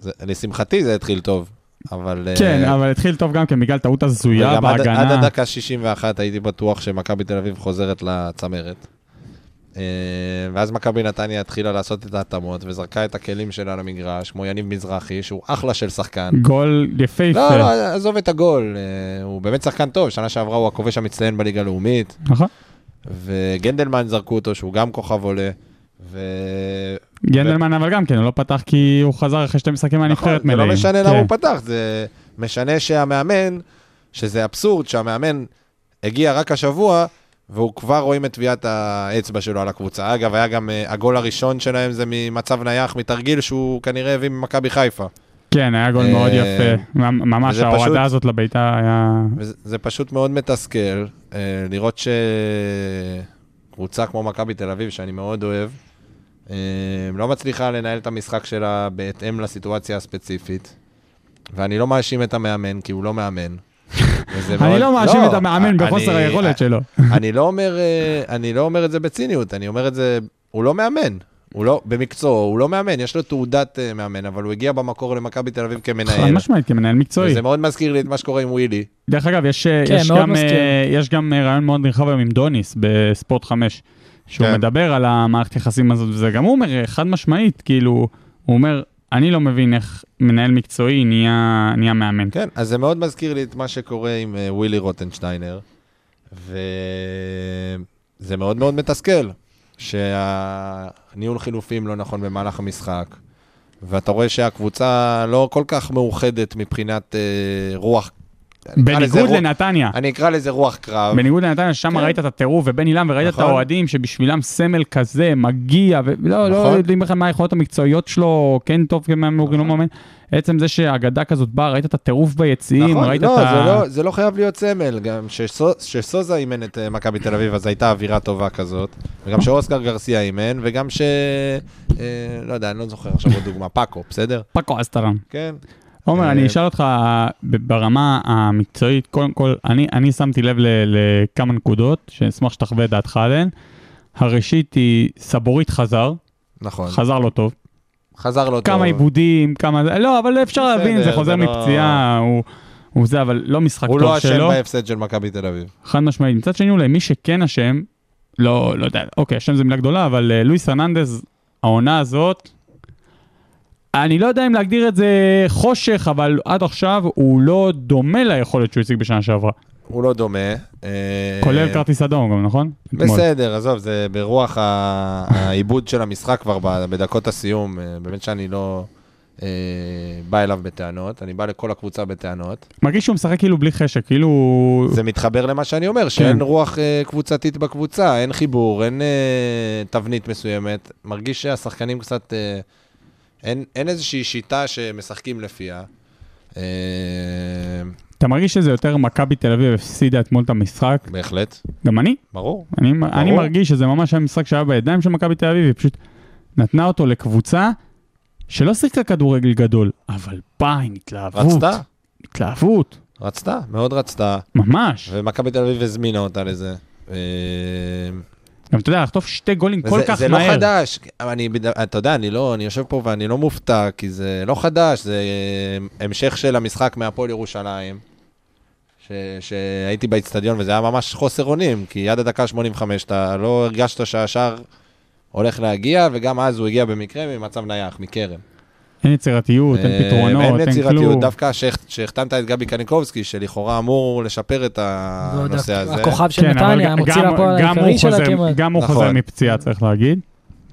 S6: זה- לשמחתי זה התחיל טוב, אבל... אה,
S4: כן, אבל התחיל טוב גם כן בגלל טעות הזויה
S6: וגם עד- עד
S4: בהגנה.
S6: הדקה 61 הייתי בטוח שמכבי תל אביב חוזרת לצמרת. אה, ואז מכבי נתניה התחילה לעשות את ההתאמות וזרקה את הכלים שלה למגרש, כמו יניב מזרחי, שהוא אחלה של שחקן.
S4: גול
S6: לא, לא,
S4: יפהפה.
S6: עזוב את הגול, אה, הוא באמת שחקן טוב, שנה שעברה הוא הכובש המצטיין בליגה הלאומית.
S4: נכון.
S6: וגנדלמן זרקו אותו, שהוא גם כוכב עולה. ו...
S4: גנדלמן אבל גם כן, הוא לא פתח כי הוא חזר אחרי שתי משחקים מהנבחרת
S6: זה
S4: מלאים.
S6: לא משנה
S4: כן.
S6: למה הוא פתח, זה משנה שהמאמן, שזה אבסורד שהמאמן הגיע רק השבוע, והוא כבר רואים את טביעת האצבע שלו על הקבוצה. אגב, היה גם אה, הגול הראשון שלהם זה ממצב נייח, מתרגיל שהוא כנראה הביא ממכבי חיפה.
S4: כן, היה גול מאוד
S6: אה,
S4: יפה. ממ- ממש
S6: וזה פשוט-
S4: ההורדה הזאת לביתה היה...
S6: וזה זה פשוט מאוד מתסכל אה, לראות שקבוצה כמו מכבי תל אביב, שאני מאוד אוהב, אה, לא מצליחה לנהל את המשחק שלה בהתאם לסיטואציה הספציפית. ואני לא מאשים את המאמן, כי הוא לא מאמן. וזה
S4: אני
S6: מאוד-
S4: לא מאשים את
S6: אני- אה,
S4: המאמן בחוסר היכולת שלו.
S6: אני לא אומר, אה, אני לא אומר את זה בציניות, אני אומר את זה, הוא לא מאמן. הוא לא, במקצועו, הוא לא מאמן, יש לו תעודת אה, מאמן, אבל הוא הגיע במקור למכבי תל אביב
S4: חד
S6: כמנהל.
S4: משמעית, כמנהל מקצועי.
S6: וזה מאוד מזכיר לי את מה שקורה עם ווילי.
S4: דרך אגב, יש,
S5: כן,
S4: יש,
S5: מאוד
S4: גם,
S5: מסכים.
S4: אה, יש גם אה, רעיון מאוד נרחב היום עם דוניס בספורט 5, שהוא
S6: כן.
S4: מדבר על המערכת יחסים הזאת, וזה גם הוא אומר אה, חד משמעית, כאילו, הוא אומר, אני לא מבין איך מנהל מקצועי נהיה, נהיה מאמן.
S6: כן, אז זה מאוד מזכיר לי את מה שקורה עם אה, ווילי רוטנשטיינר, וזה מאוד מאוד מתסכל, שהניהול חילופים לא נכון במהלך המשחק, ואתה רואה שהקבוצה לא כל כך מאוחדת מבחינת אה, רוח, אני אקרא לזה
S4: בניגוד
S6: רוח-
S4: לנתניה,
S6: אני אקרא לזה רוח קרב.
S4: בניגוד לנתניה, שם ראית את הטירוף, ובן אילם, וראית
S6: אה, כן. נכון.
S4: את האוהדים שבשבילם סמל כזה מגיע, ולא לא
S6: נכון.
S4: יודעים בכלל מה היכולות המקצועיות שלו, כן טוב כמאמן, הוא לא מאמן. עצם זה שהאגדה כזאת באה, ראית את הטירוף ביציעים,
S6: נכון,
S4: ראית
S6: לא,
S4: את ה...
S6: זה לא, זה לא חייב להיות סמל, גם כשסו- כשסוזה אימן את אה, מכבי תל אביב, אז הייתה אווירה טובה כזאת, וגם שאוסקר גרסיה אימן, וגם ש... אה, לא יודע, אני לא זוכר עכשיו עוד דוגמה, פאקו, בסדר?
S4: פאקו אסטרן.
S6: כן.
S4: עומר,
S6: אה,
S4: אני אשאל אותך אה, ב- ברמה המקצועית, קודם כל, אני, אני שמתי לב ל- לכמה נקודות, שאשמח שתחווה את דעתך עליהן. הראשית היא סבורית חזר,
S6: נכון.
S4: חזר לא טוב.
S6: חזר לו
S4: כמה עיבודים, כמה... זה- לא, אבל אפשר
S6: בסדר,
S4: להבין, זה
S6: זה
S4: חוזר
S6: לא-
S4: מפציעה, הוא... הוא זה, אבל לא משחק
S6: הוא
S4: טוב
S6: לא אשם
S4: שלו,
S6: בהפסד של מכבי תל אביב.
S4: חד משמעית. מצד שני, אולי מי שכן אשם, לא, לא יודע, אוקיי, אשם זו מילה גדולה, אבל אה, לואיס הרננדז, העונה הזאת, אני לא יודע אם להגדיר את זה חושך, אבל עד עכשיו הוא לא דומה ליכולת שהוא הציג בשנה שעברה.
S6: הוא לא דומה. אה,
S4: כולל כרטיס אדום גם, נכון? אתמול.
S6: בסדר, עזוב, זה ברוח ה- העיבוד של המשחק כבר ב- בדקות הסיום, אה, באמת שאני לא אה, בא אליו בטענות, אני בא לכל הקבוצה בטענות.
S4: מרגיש שהוא משחק כאילו בלי חשק, כאילו...
S6: זה מתחבר למה שאני אומר, שאין
S4: כן.
S6: רוח אה, קבוצתית בקבוצה, אין חיבור, אין אה, תבנית מסוימת. מרגיש שהשחקנים קצת... אה, אין אין איזושהי שיטה שמשחקים לפיה. אה,
S4: אתה מרגיש שזה יותר מכבי תל אביב הפסידה אתמול את המשחק?
S6: בהחלט,
S4: גם אני.
S6: ברור.
S4: אני, אני מרגיש שזה ממש היה משחק שהיה בידיים של מכבי תל אביב, היא פשוט נתנה אותו לקבוצה שלא שיחקה כדורגל גדול, אבל באה עם התלהבות.
S6: רצתה,
S4: התלהבות,
S6: רצתה, מאוד רצתה,
S4: ממש.
S6: ומכבי תל אביב הזמינה אותה לזה. אה,
S4: גם אתה יודע, לחטוף שתי גולים כל
S6: וזה-
S4: כך
S6: זה
S4: מהר.
S6: לא חדש, אבל אני, בד- אתה יודע, אני לא, אני יושב פה ואני לא מופתע, כי זה לא חדש, זה אה, המשך של המשחק מהפועל ירושלים, ש, שהייתי באיצטדיון וזה היה ממש חוסר אונים, כי עד הדקה 85 אתה לא הרגשת שהשאר הולך להגיע, וגם אז הוא הגיע במקרה ממצב נייח, מקרן.
S4: אין יצירתיות, אין
S6: אה,
S4: פתרונות,
S6: ואין
S4: אין כלום.
S6: יצירתיות, דווקא שהח- שהחתמת את גבי קניקובסקי, שלכאורה אמור לשפר את
S5: ועוד
S6: הנושא הזה.
S5: הכוכב של
S4: כן, אבל
S5: נתניה,
S4: גם-
S5: המוציא
S4: גם-
S5: לפועל
S4: גם
S5: העיקרי
S4: הוא
S5: שלה כן,
S4: חוזר-
S5: כמעט.
S4: גם הוא
S6: נכון.
S4: חוזר מפציעה, צריך להגיד.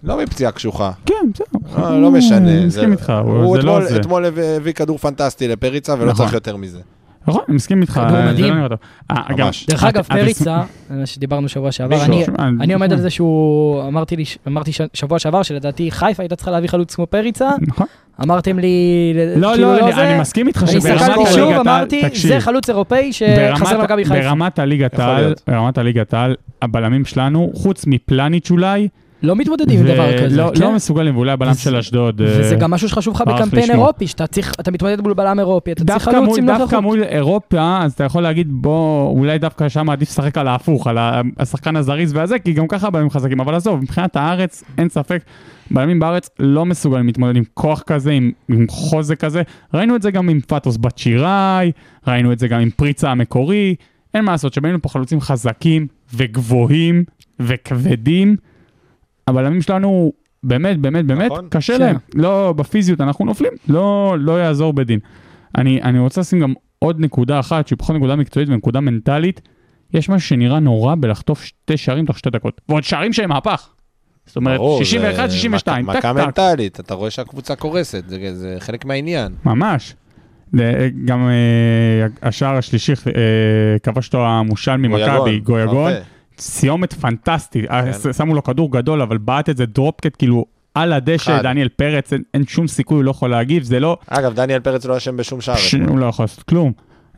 S6: לא מפציעה קשוחה.
S4: כן, בסדר.
S6: לא לא משנה.
S4: אני
S6: זה-
S4: מסכים איתך,
S6: הוא
S4: זה לא
S6: אתמול-
S4: זה.
S6: אתמול הביא- הביא כדור פנטסטי לפריצה, ולא
S4: נכון.
S6: צריך יותר מזה.
S4: נכון, אני מסכים איתך.
S5: כדור
S4: זה לא
S5: מדהים.
S4: נראה טוב. אה, גם-
S6: ממש.
S5: דרך
S4: את-
S5: אגב,
S4: את-
S5: פריצה, אה, שדיברנו שבוע שעבר,
S6: מישהו.
S5: אני-
S4: שמע,
S5: אני עומד על זה שהוא, אמרתי לי, אמרתי ש- שבוע שעבר שלדעתי חיפה הייתה צריכה להביא חלוץ כמו פריצה,
S4: נכון.
S5: אמרתם לי, ל-
S4: לא,
S5: כאילו
S4: לא, אני-
S5: זה,
S4: אני מסכים איתך
S5: אני
S4: שברמת
S5: הסתכלתי שוב,
S4: הליגת העל,
S5: אמרתי,
S4: תקשיב,
S5: זה חלוץ אירופאי
S4: ברמת-
S5: שחסר למכבי חיפה.
S4: ברמת הליגת
S6: יכול
S4: העל,
S6: להיות.
S4: ברמת הליגת העל, הבלמים שלנו, חוץ מפלניץ' אולי,
S5: לא מתמודדים עם
S4: ו-
S5: דבר כזה,
S4: לא-
S5: כן?
S4: לא מסוגלים, ואולי הבלם
S5: וזה-
S4: של אשדוד.
S5: וזה
S4: אה,
S5: גם משהו שחשוב לך
S4: ברח לי
S5: בקמפיין
S4: שמו.
S5: אירופי, שאתה צריך, אתה מתמודד מול בלם אירופי, אתה צריך
S4: דווקא
S5: חלוץ עם
S4: מול, דווקא
S5: נוכחות.
S4: מול אירופה, אז אתה יכול להגיד, בוא, אולי דווקא שם עדיף לשחק על ההפוך, על ה- השחקן הזריז והזה, כי גם ככה בלמים חזקים. אבל עזוב, מבחינת הארץ, אין ספק, בלמים בארץ לא מסוגלים להתמודד עם כוח כזה, עם, עם חוזק כזה. ראינו את זה גם עם פטוס בת שיראי, ראינו את זה גם עם פריצה המקורי. אין מה לעשות, שבאים לפה חלוצים חזקים וגבוהים וכבדים. הבלמים שלנו, באמת, באמת, באמת,
S6: נכון.
S4: קשה
S5: כן.
S4: להם. לא, בפיזיות אנחנו נופלים, לא, לא יעזור בדין. אני, אני רוצה לשים גם עוד נקודה אחת, שהיא פחות נקודה מקצועית ונקודה מנטלית. יש משהו שנראה נורא בלחטוף שתי שערים תוך שתי דקות. ועוד שערים שהם מהפך. זאת אומרת,
S6: ברור, זה
S4: 61, 62,
S6: מכה-
S4: טק
S6: מכה
S4: טק.
S6: מנטלית, אתה רואה שהקבוצה קורסת, זה- זה חלק מהעניין.
S4: ממש. זה- גם אה, השער השלישי אה, כבש אותו המושל ממכבי, גויגון.
S6: יפה.
S4: סיומת פנטסטית, כן. שמו לו כדור גדול, אבל בעט את זה דרופקט כאילו על הדשא,
S6: חד.
S4: דניאל פרץ, אין, אין שום סיכוי, הוא לא יכול להגיב, זה לא,
S6: אגב, דניאל פרץ לא אשם בשום שער.
S4: ש... הוא לא יכול לעשות כלום.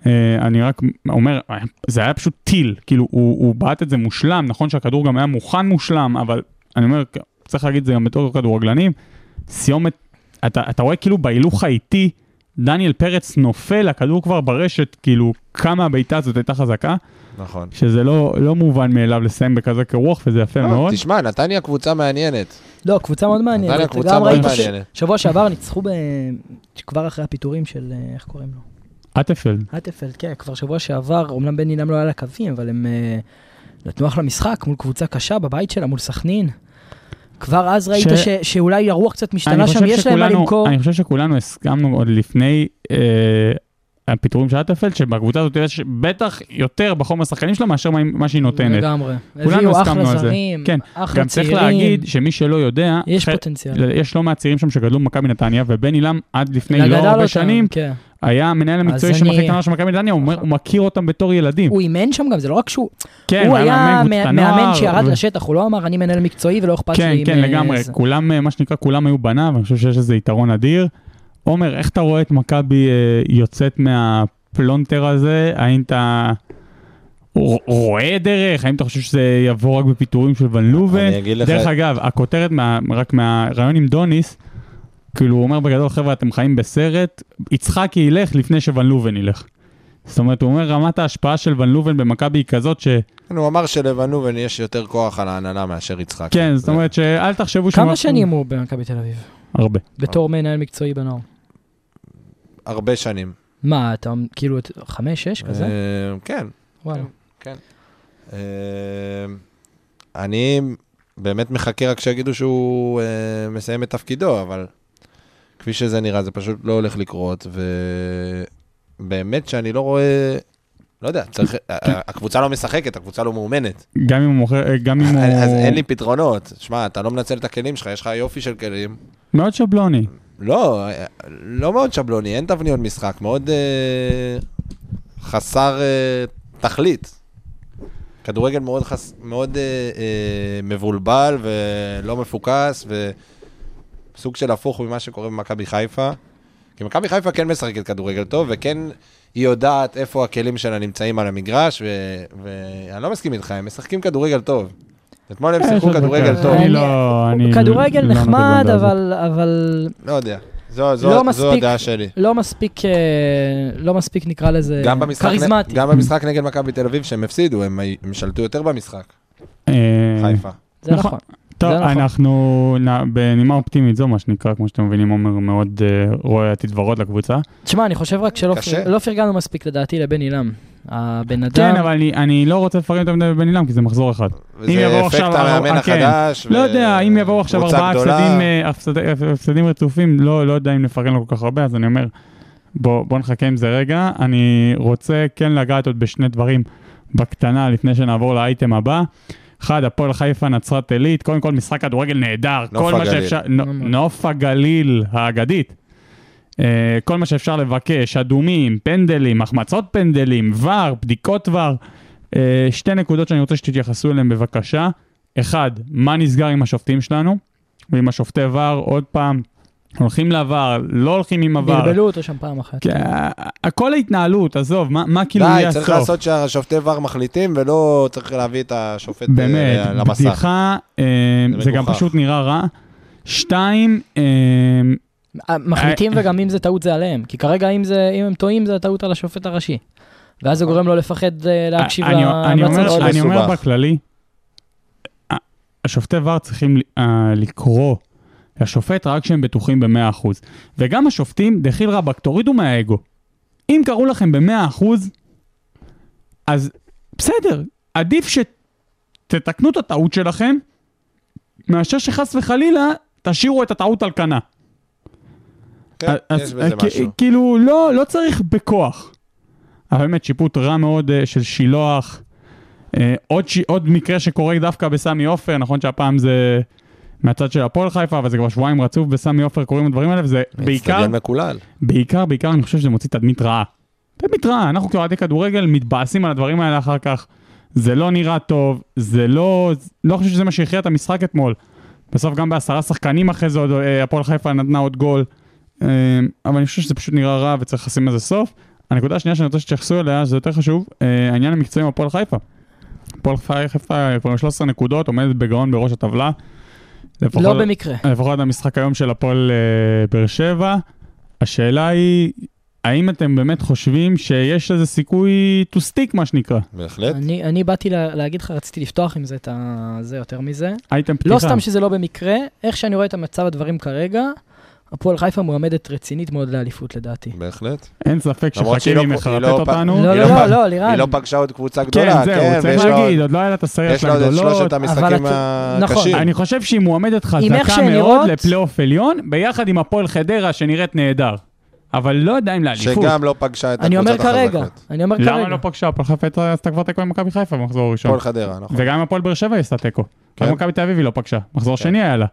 S4: אה, אני רק אומר, אה, זה היה פשוט טיל, כאילו הוא, הוא בעט את זה מושלם, נכון שהכדור גם היה מוכן מושלם, אבל אני אומר, צריך להגיד את זה גם בתור כדורגלנים, סיומת, אתה, אתה רואה כאילו בהילוך האיטי, דניאל פרץ נופל, הכדור כבר ברשת, כאילו כמה הבעיטה הזאת הייתה חזקה,
S6: נכון.
S4: שזה לא, לא מובן מאליו לסיים בכזה קרוח, וזה יפה
S6: לא,
S4: מאוד.
S6: תשמע, נתניה קבוצה מעניינת.
S5: לא, קבוצה מאוד מעניינת.
S6: נתניה קבוצה
S5: גם
S6: מאוד
S5: ראיתי ש-
S6: מעניינת.
S5: שבוע שעבר ניצחו ב... כבר אחרי הפיטורים של, אה, איך קוראים לו?
S4: אטפלד.
S5: אטפלד, כן, כבר שבוע שעבר, אומנם בן נינם לא היה על הקווים, אבל הם אה, נתנו אחלה משחק מול קבוצה קשה בבית שלה, מול סכנין. כבר אז ראית
S4: ש-
S5: ש... שאולי הרוח קצת
S4: אני
S5: משתנה שם,
S4: חושב
S5: יש להם מה
S4: שכולנו-
S5: למכור.
S4: אני חושב שכולנו הסכמנו עוד לפני אה, הפיטורים של אטפלד, שבקבוצה הזאת יש בטח יותר בחום השחקנים שלה מאשר מה- מה שהיא נותנת.
S5: לגמרי.
S4: כולנו
S5: הביאו
S4: הסכמנו על
S5: אחלה
S4: זה.
S5: זרים,
S4: כן,
S5: אחלה
S4: גם צריך
S5: צעירים.
S4: להגיד שמי שלא יודע,
S5: יש
S4: חי-
S5: פוטנציאל.
S4: יש לא מעט צעירים שם שגדלו במכבי נתניה, ובן עילם עד לפני לא
S5: לגדל
S4: הרבה
S5: אותם,
S4: שנים,
S5: כן.
S4: היה המנהל המקצועי
S5: אז
S4: של מחלקת
S5: אני-
S4: הנוער של מכבי נתניה, הוא אומר- הוא מכיר אותם בתור ילדים.
S5: הוא אימן שם גם, זה לא רק שהוא...
S4: כן,
S5: הוא היה
S4: מאמן קבוצת
S5: מאמן
S4: הנוער,
S5: שירד
S4: ו-
S5: לשטח, הוא לא אמר, אני מנהל מקצועי ולא אכפת
S4: כן,
S5: לי.
S4: כן,
S5: אם, אה,
S4: לגמרי.
S5: זה."
S4: כולם, אה, מה שנקרא, כולם היו בניו, אני חושב שיש איזה יתרון אדיר. עומר, איך אתה רואה את מכבי אה, יוצאת מהפלונטר הזה? האם אתה ר- רואה דרך? האם אתה חושב שזה יבוא רק בפיטורים של ון לובן?
S6: אני אגיד לך-
S4: דרך אגב, הכותרת מה, רק מהרעיון עם דוניס, כאילו הוא אומר בגדול, חבר'ה, אתם חיים בסרט, יצחקי ילך לפני שוון לובן ילך. זאת אומרת, הוא אומר, רמת ההשפעה של ון לובן במכבי היא כזאת ש...
S6: כן, הוא אמר שלבנובן יש יותר כוח על ההנהלה מאשר יצחק. אה,
S4: כן, זאת אומרת שאל תחשבו שהוא-
S5: כמה שנים הוא במכבי תל אביב?
S4: הרבה.
S5: בתור מנהל מקצועי בנוער.
S6: הרבה שנים.
S5: מה, אתה כאילו את- חמש, שש כזה?
S6: אה, כן.
S5: וואלה.
S6: אה, אני באמת מחכה רק שיגידו שהוא אה, מסיים את תפקידו, אבל כפי שזה נראה, זה פשוט לא הולך לקרות, ובאמת שאני לא רואה... לא יודע, צריך... ה- ה- הקבוצה לא משחקת, הקבוצה לא מאומנת.
S4: גם אם הוא מוכר, אה, גם אם הוא...
S6: אז אין לי פתרונות. שמע, אתה לא מנצל את הכלים שלך, יש לך יופי של כלים.
S4: מאוד שבלוני.
S6: לא, אה, לא מאוד שבלוני, אין תבניות משחק, מאוד אה, חסר אה, תכלית. כדורגל מאוד, חס, מאוד אה, אה, מבולבל ולא מפוקס, וסוג של הפוך ממה שקורה במכבי חיפה. כי מכבי חיפה כן משחקת כדורגל טוב, וכן היא יודעת איפה הכלים שלה נמצאים על המגרש, ו- ואני לא מסכים איתך, הם משחקים כדורגל טוב. אתמול הם
S4: אה, יש
S6: שיחקו
S4: עוד
S6: כדורגל
S4: בקר.
S6: טוב.
S4: אני לא... אני
S5: כדורגל
S4: לא נותן
S5: נחמד,
S4: בעד הזאת.
S5: אבל, אבל
S6: לא יודע. זו-
S5: לא
S6: זו זו
S5: מספיק.
S6: הדעה שלי.
S5: לא מספיק, אה, לא מספיק נקרא לזה,
S6: גם במשחק,
S5: כריזמטי.
S6: גם במשחק נגד מכבי תל אביב שהם הפסידו, הם, הם שלטו יותר במשחק,
S4: אה,
S6: חיפה.
S5: זה
S4: נכון.
S5: נכון.
S4: טוב,
S5: זה נכון.
S4: אנחנו נ- בנימה אופטימית זו, מה שנקרא, כמו שאתם מבינים, עומר מאוד אה, רואה עתיד ורוד לקבוצה.
S5: תשמע, אני חושב רק שלא
S6: קשה.
S5: לא פרגנו מספיק לדעתי לבן עילם. הבן אדם...
S4: כן, אבל אני- אני לא רוצה לפרט יותר מדי בבן אילם, כי זה מחזור אחד. אם
S6: וזה
S4: יבואו
S6: אפקט
S4: עכשיו-
S6: המאמן
S4: אה, כן.
S6: החדש.
S4: לא
S6: ו-
S4: יודע, אם יבואו עכשיו
S6: קבוצה
S4: ארבעה
S6: גדולה.
S4: הפסדים, אה, הפסד- הפסדים רצופים, לא לא יודע אם נפרגן לו כל כך הרבה, אז אני אומר, בוא בוא נחכה עם זה רגע. אני רוצה כן לגעת עוד בשני דברים בקטנה, לפני שנעבור לאייטם הבא. אחד, הפועל חיפה, נצרת עילית, קודם כל משחק כדורגל נהדר,
S6: נוף
S4: כל מה
S6: הגליל.
S4: שאפשר, נו- נוף הגליל האגדית. אה, כל מה שאפשר לבקש, אדומים, פנדלים, החמצות פנדלים, ור, בדיקות ור. אה, שתי נקודות שאני רוצה שתתייחסו אליהן בבקשה. אחד, מה נסגר עם השופטים שלנו? ועם השופטי ור, עוד פעם, הולכים לעבר, לא הולכים עם עבר.
S5: בלבלו אותו שם פעם
S4: כן.
S5: אחת.
S4: הכל ההתנהלות, עזוב, מה, מה כאילו
S6: די,
S4: יהיה הסוף?
S6: צריך לעשות שהשופטי ור מחליטים, ולא צריך להביא את השופט אה,
S4: באמת,
S6: למסך.
S4: בדיחה, אה,
S6: זה
S4: זה גם
S6: מגוחך.
S4: פשוט נראה רע. שתיים, אה,
S5: אה, מחליטים וגם אם זה טעות זה עליהם, כי כרגע אם זה- אם הם טועים זה הטעות על השופט הראשי. ואז זה גורם לו לפחד אה, להקשיב
S4: אני- אני
S5: להמלצות
S4: אומר-
S5: שלו.
S4: אני אומר
S6: מסובך.
S4: בכללי, ה- השופטי ור צריכים ל- אה, לקרוא לשופט רק כשהם בטוחים ב-100%. וגם השופטים, דחיל רבאק, תורידו מהאגו. אם קראו לכם ב-100%, אז בסדר, עדיף שתתקנו את הטעות שלכם, מאשר שחס וחלילה תשאירו את הטעות על כנה.
S6: כן,
S4: אז-
S6: יש
S4: אז
S6: בזה
S4: כ-
S6: משהו.
S4: כאילו, לא, לא צריך בכוח. אבל באמת, שיפוט רע מאוד אה, של שילוח. אה, עוד, ש... עוד מקרה שקורה דווקא בסמי עופר, נכון שהפעם זה מהצד של הפועל חיפה, אבל זה כבר שבועיים רצוף בסמי עופר קורים הדברים האלה, וזה אה, בעיקר,
S6: אצטדיון מקולל.
S4: בעיקר, בעיקר, אני חושב שזה מוציא תדמית רעה. תדמית רעה, אנחנו כאוהדי כדורגל מתבאסים על הדברים האלה אחר כך. זה לא נראה טוב, זה לא... לא חושב שזה מה שהכריע את המשחק אתמול. בסוף גם בעשרה שחקנים אחרי זה עוד אה, הפועל חיפה נתנה עוד גול. אה, אבל אני חושב שזה פשוט נראה רע וצריך לשים לזה סוף. הנקודה השנייה שאני רוצה שתתייחסו אליה, זה יותר חשוב, אה, העניין המקצועי עם הפועל חיפה. הפועל חיפה אה, כבר עם 13 נקודות, עומדת בגאון בראש הטבלה.
S5: לא
S4: לפחות-
S5: במקרה.
S4: לפחות המשחק היום של הפועל אה, באר שבע. השאלה היא, האם אתם באמת חושבים שיש איזה סיכוי to stick, מה שנקרא?
S6: בהחלט.
S5: אני אני באתי לה- להגיד לך, רציתי לפתוח עם זה את ה- זה יותר מזה.
S4: אייטם פתיחה.
S5: לא סתם שזה לא במקרה, איך שאני רואה את המצב הדברים כרגע, הפועל חיפה מועמדת רצינית מאוד לאליפות לדעתי.
S6: בהחלט.
S4: אין ספק
S6: למרות שהיא
S4: שחכימי
S6: לא- היא
S4: מחרפט
S6: לא פ-
S4: אותנו.
S5: לא,
S6: היא
S5: לא,
S6: לא
S5: לא,
S6: פ-
S5: לא, לירן.
S6: היא לא פגשה עוד קבוצה
S4: כן,
S6: גדולה, כן,
S4: זהו, צריך
S6: ויש לה עוד-
S4: להגיד, עוד לא היה לה את הסרט
S6: יש
S4: של
S6: לה עוד את
S4: הגדולות.
S6: שלושת המשחקים
S5: אבל את- נכון.
S6: הקשים.
S4: אני חושב שהיא מועמדת
S5: איך
S4: חזקה מאוד
S5: שהן נראות-
S4: לפלייאוף עליון, ביחד עם הפועל חדרה שנראית נהדר. אבל לא יודע אם לאליפות.
S6: שגם לא פגשה את
S5: אני אומר
S6: הקבוצות
S5: כרגע,
S6: החזקות.
S5: אני אומר כרגע.
S4: למה לא פגשה הפועל חיפה? עשתה כבר תיקו עם מכבי חיפה במחזור הראשון.
S6: הפועל חדרה, נכון.
S4: וגם עם הפועל באר שבע היא עשתה תיקו.
S6: כן.
S4: גם מכבי תל אביב היא לא פגשה. מחזור שני היה לה.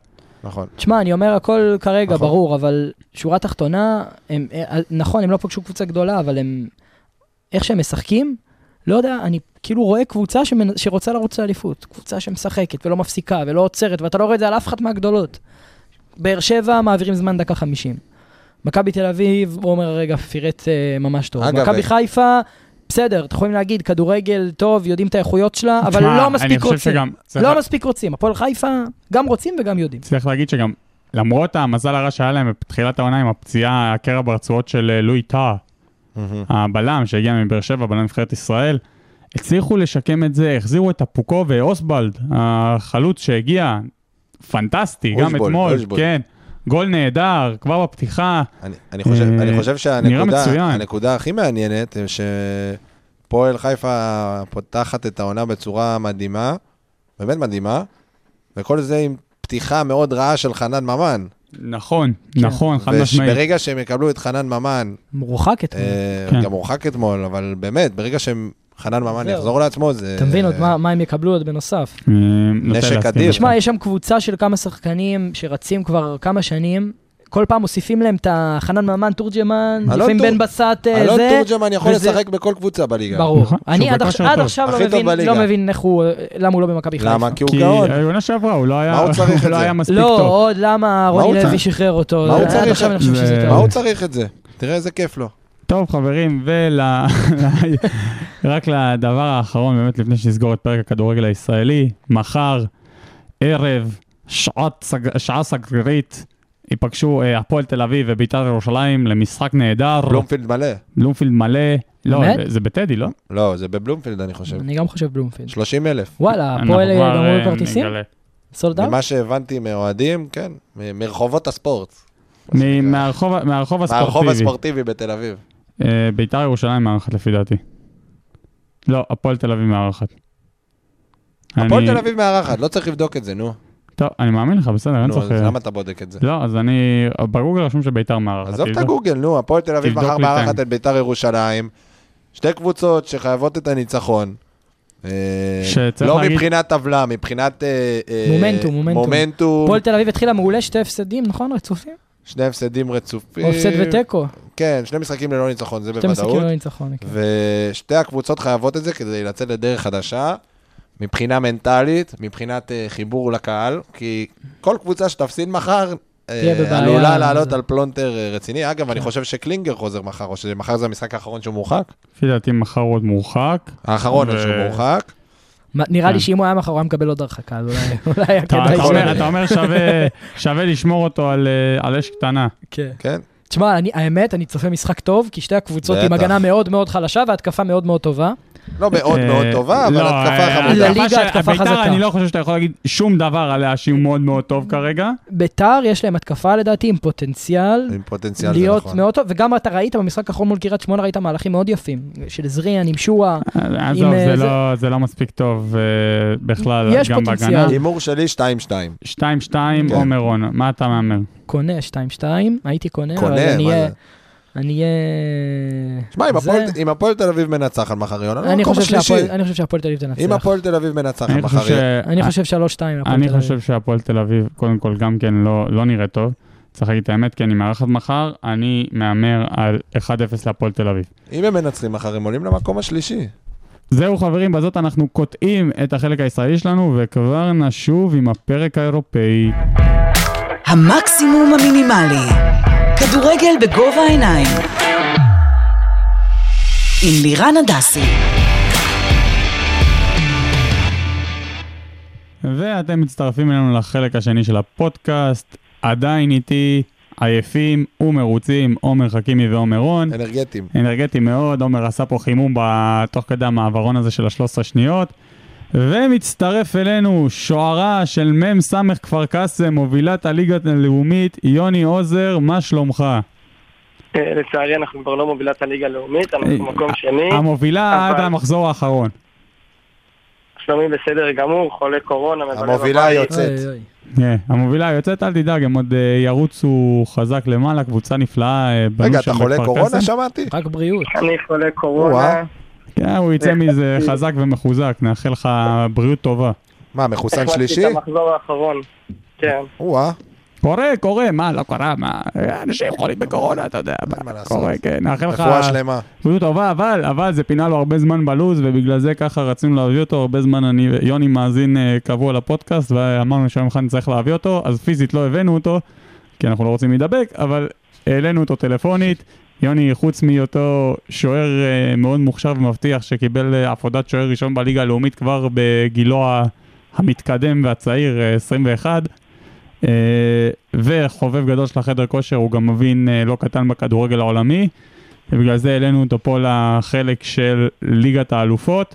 S6: נכון.
S5: תשמע, אני אומר הכל כרגע,
S6: נכון.
S5: ברור, אבל שורה תחתונה, הם, אה, נכון, הם לא פגשו קבוצה גדולה, אבל הם, איך שהם משחקים, לא יודע, אני כאילו רואה קבוצה שמנ... שרוצה לרוץ לאליפות, קבוצה שמשחקת ולא מפסיקה ולא עוצרת, ואתה לא רואה את זה על אף אחת מהגדולות. באר שבע מעבירים זמן דקה חמישים. מכבי תל אביב, עומר הרגע פירט אה, ממש טוב.
S6: אגב,
S5: מכבי
S6: אה,
S5: חיפה, בסדר, אתם יכולים להגיד, כדורגל טוב, יודעים את האיכויות שלה, אבל
S4: תשמע,
S5: לא מספיק
S4: אני חושב
S5: רוצים.
S4: שגם... צריך
S5: לא מספיק רוצים. הפועל חיפה גם רוצים וגם יודעים.
S4: צריך להגיד שגם, למרות המזל הרע שהיה להם בתחילת העונה עם הפציעה, הקרע ברצועות של אה, לואי טאה,
S6: מהמם.
S4: הבלם שהגיע מבאר שבע, בלם נבחרת ישראל, הצליחו לשקם את זה, החזירו את אפוקו ואוסבלד, החלוץ שהגיע, פנטסטי, גם
S6: אושבולד,
S4: אתמול,
S6: אושבולד.
S4: כן, גול נהדר, כבר בפתיחה,
S6: אני- אני חושב-
S4: אה,
S6: אני חושב
S4: נראה מצוין.
S6: שהנקודה הנקודה הכי מעניינת היא שפועל חיפה פותחת את העונה בצורה מדהימה, באמת מדהימה, וכל זה עם פתיחה מאוד רעה של חנן ממן.
S4: נכון,
S5: כן.
S4: נכון, חד משמעית.
S6: וברגע שהם יקבלו את חנן ממן,
S5: מורחק אתמול.
S6: אה,
S4: כן.
S6: גם הורחק אתמול, אבל באמת, ברגע שחנן ממן
S5: זהו.
S6: יחזור לעצמו, זה...
S5: אתה מבין עוד מה- מה הם יקבלו עוד בנוסף.
S4: אה, נוטה
S6: נשק
S4: להסכים
S6: אדיר.
S4: איתך.
S5: תשמע, יש שם קבוצה של כמה שחקנים שרצים כבר כמה שנים. כל פעם מוסיפים להם את החנן ממן, תורג'מן,
S6: אלון
S5: לפעמים
S6: טור-
S5: בן בסט אה,
S6: אלון
S5: זה.
S6: תורג'מן יכול
S5: וזה-
S6: לשחק בכל קבוצה בליגה.
S5: ברור.
S4: נכון, שהוא
S5: אני עד
S4: בכושר
S5: עכשיו- עד
S4: טוב.
S5: עכשיו לא
S6: הכי טוב
S5: מבין-
S6: בליגה.
S5: לא מבין איך הוא, אה, למה הוא לא במכבי חיפה.
S6: למה? כי הוא
S4: כי
S6: גאון.
S4: העונה שעברה הוא לא היה-
S6: מה הוא צריך את
S4: לא
S6: זה?
S4: היה מספיק
S5: לא,
S4: טוב.
S5: עוד למה
S6: מה הוא
S5: רוני לוי
S6: צריך?
S5: שחרר אותו.
S6: מה הוא
S5: עד
S6: צריך?
S5: עכשיו אני חושב
S4: זה-
S5: שזה
S6: מה
S5: טוב.
S6: הוא צריך את זה? תראה איזה כיף לו.
S4: טוב חברים, ול... רק לדבר האחרון, באמת לפני שנסגור את פרק הכדורגל הישראלי, מחר ערב, שעת, סג- שעה סגרית, ייפגשו אה, הפועל תל אביב וביתר ירושלים למשחק נהדר,
S6: בלומפילד מלא.
S4: בלומפילד מלא, לא,
S5: באמת?
S4: זה בטדי, לא?
S6: לא, זה בבלומפילד, אני חושב.
S5: אני גם חושב בלומפילד.
S6: 30 אלף.
S5: וואלה,
S4: אנחנו
S5: הפועל
S4: כבר,
S5: גמרו
S4: אה,
S5: בכרטיסים?
S4: נגלה.
S5: סולד אאוט?
S6: ממה שהבנתי מאוהדים, כן, מ- מרחובות הספורט.
S4: מ- מהרחוב- מהרחוב
S6: מהרחוב
S4: הספורטיבי.
S6: הספורטיבי בתל אביב.
S4: אה, ביתר ירושלים מארחת לפי דעתי. לא, הפועל תל אביב מארחת.
S6: הפועל
S4: אני-
S6: תל אביב מארחת, לא צריך לבדוק את זה, נו.
S4: טוב, אני מאמין לך, בסדר, אין
S6: נו,
S4: צורך.
S6: אז למה אתה בודק את לא, זה?
S4: לא, אז אני... בגוגל רשום שביתר כאילו. מארחת.
S6: כן. עזוב את
S4: תבדוק.
S6: הגוגל, נו, הפועל תל אביב
S4: תבדוק
S6: מחר
S4: לי
S6: מארחת
S4: כאן.
S6: את ביתר ירושלים. שתי קבוצות שחייבות את הניצחון. אה,
S4: שצריך
S6: לא
S4: להגיד-
S6: מבחינת טבלה, מבחינת... אה, אה,
S5: מומנטום, מומנטום.
S6: מומנטום,
S5: הפועל תל אביב התחילה מעולה, שתי הפסדים, נכון? רצופים?
S6: שני הפסדים רצופים.
S5: או הפסד ותיקו.
S6: כן, שני משחקים ללא ניצחון, זה
S5: שתי משחקים
S6: בוודאות.
S5: לא ניצחון. כן.
S6: ושתי הקבוצות חייבות את זה כדי לצאת לדרך חדשה, מבחינה מנטלית, מבחינת אה, חיבור לקהל, כי כל קבוצה שתפסיד מחר, אה,
S5: תהיה בבעיה. כן.
S6: עלולה לעלות על פלונטר אה, רציני. אגב, אני חושב שקלינגר חוזר מחר, או שמחר זה המשחק האחרון שהוא מורחק.
S4: לפי דעתי מחר הוא עוד מורחק.
S6: האחרון
S4: ו-
S6: שהוא מורחק.
S5: מה, נראה לי
S4: כן.
S5: שאם הוא היה מאחור, הוא היה מקבל עוד הרחקה, אז אולי- אולי היה
S4: אתה
S5: כדאי
S4: אתה
S5: ש-
S4: אומר- אתה אומר שווה- שווה לשמור אותו על, אה, על אש קטנה.
S5: כן.
S6: כן,
S5: תשמע, אני- האמת, אני צופה משחק טוב, כי שתי הקבוצות עם
S6: בטח.
S5: הגנה מאוד מאוד חלשה והתקפה מאוד מאוד טובה.
S6: לא מאוד
S4: אה,
S6: מאוד טובה, אבל
S4: לא,
S6: התקפה
S4: אה,
S6: חמודה.
S5: לליגה
S4: של-
S5: התקפה
S4: ביתר,
S5: חזקה.
S4: אני לא חושב שאתה יכול להגיד שום דבר עליה שהוא מאוד מאוד טוב כרגע. אה,
S5: ביתר, יש להם התקפה לדעתי עם פוטנציאל.
S6: עם פוטנציאל זה
S5: להיות
S6: נכון.
S5: מאוד טוב, וגם אתה ראית במשחק האחרון מול קריית שמונה, ראית מהלכים מאוד יפים, של זריאן עם שואה,
S4: אה, עזוב,
S5: אה,
S4: זה
S5: זה-
S4: לא- זה לא מספיק טוב אה, בכלל,
S5: יש
S4: גם
S5: פוטנציאל.
S4: בהגנה.
S6: הימור שלי 2-2.
S4: 2-2
S6: כן.
S4: עומר רון, מה אתה מהמר?
S5: קונה 2-2, הייתי קונה, אבל
S6: קונה,
S5: אני
S6: מה
S5: אהיה...
S6: זה?
S5: אני אהיה...
S6: שמע, אם
S5: זה-
S6: הפועל- אם הפועל תל אביב מנצחת מחר, יונה, לא
S5: אני
S6: מקום
S5: חושב
S6: שלישי.
S5: שהפועל- אני חושב שהפועל תל אביב
S6: אם
S5: תנצח.
S6: הפועל תל אביב מנצחת
S4: אני חושב
S6: מחר,
S4: ש-
S5: אני חושב 3-2 להפועל
S4: אני
S5: תל אביב.
S4: חושב שהפועל תל אביב, קודם כל, גם כן לא לא נראה טוב. צריך להגיד את האמת, כי אני מארחת מחר, אני מהמר על 1-0 להפועל תל אביב.
S6: אם הם מנצחים מחר, הם עולים למקום השלישי.
S4: זהו חברים, בזאת אנחנו קוטעים את החלק הישראלי שלנו, וכבר נשוב עם הפרק האירופאי.
S3: המקסימום המינימלי. כדורגל בגובה העיניים. עם לירן הדסי.
S4: ואתם מצטרפים אלינו לחלק השני של הפודקאסט, עדיין איתי עייפים ומרוצים, עומר חכימי ועומר רון.
S6: אנרגטיים.
S4: אנרגטי מאוד, עומר עשה פה חימום ב- תוך כדי המעברון הזה של ה-13 שניות. ומצטרף אלינו שוערה של מ"ס כפר קאסם, מובילת הליגה הלאומית, יוני עוזר, מה שלומך?
S7: אה, לצערי אנחנו כבר לא מובילת הליגה הלאומית, אנחנו
S4: אה,
S7: מקום שני,
S4: המובילה עד
S7: אבל-
S4: המחזור האחרון.
S7: שלומי בסדר גמור, חולה קורונה, מבלה
S6: המובילה
S7: בבית.
S6: יוצאת.
S5: אוי, אוי.
S4: כן, המובילה יוצאת, אל תדאג, הם עוד אה, ירוצו חזק למעלה, קבוצה נפלאה. אה, בנו
S6: רגע,
S4: שם
S6: אתה חולה
S4: בכפר
S6: קורונה?
S4: קאסם.
S6: שמעתי.
S5: רק בריאות.
S7: אני חולה
S6: או-אה.
S7: קורונה,
S4: כן, הוא יצא מזה חזק ומחוזק, נאחל לך בריאות טובה.
S6: מה, מחוסן
S7: החלטתי
S6: שלישי?
S7: את המחזור האחרון, כן.
S6: או-אה.
S4: קורה, קורה, מה, לא קרה, מה, אנשים חולים בקורונה, אתה יודע,
S6: אין מה לעשות.
S4: קורה, כן, נאחל לך...
S6: רפואה שלמה.
S4: בריאות טובה, אבל, אבל זה פינה לו הרבה זמן בלוז, ובגלל זה ככה רצינו להביא אותו, הרבה זמן אני, יוני מאזין אה, קבוע לפודקאסט, ואמרנו שיום אחד נצטרך להביא אותו, אז פיזית לא הבאנו אותו, כי אנחנו לא רוצים להידבק, אבל העלינו אותו טלפונית. יוני, חוץ מהיותו שוער אה, מאוד מוכשר ומבטיח, שקיבל אה, עבודת שוער ראשון בליגה הלאומית כבר בגילו ה- המתקדם והצעיר, אה, 21, אה, וחובב גדול של החדר כושר, הוא גם מבין אה, לא קטן בכדורגל העולמי. ובגלל זה העלינו אותו פה לחלק של ליגת האלופות.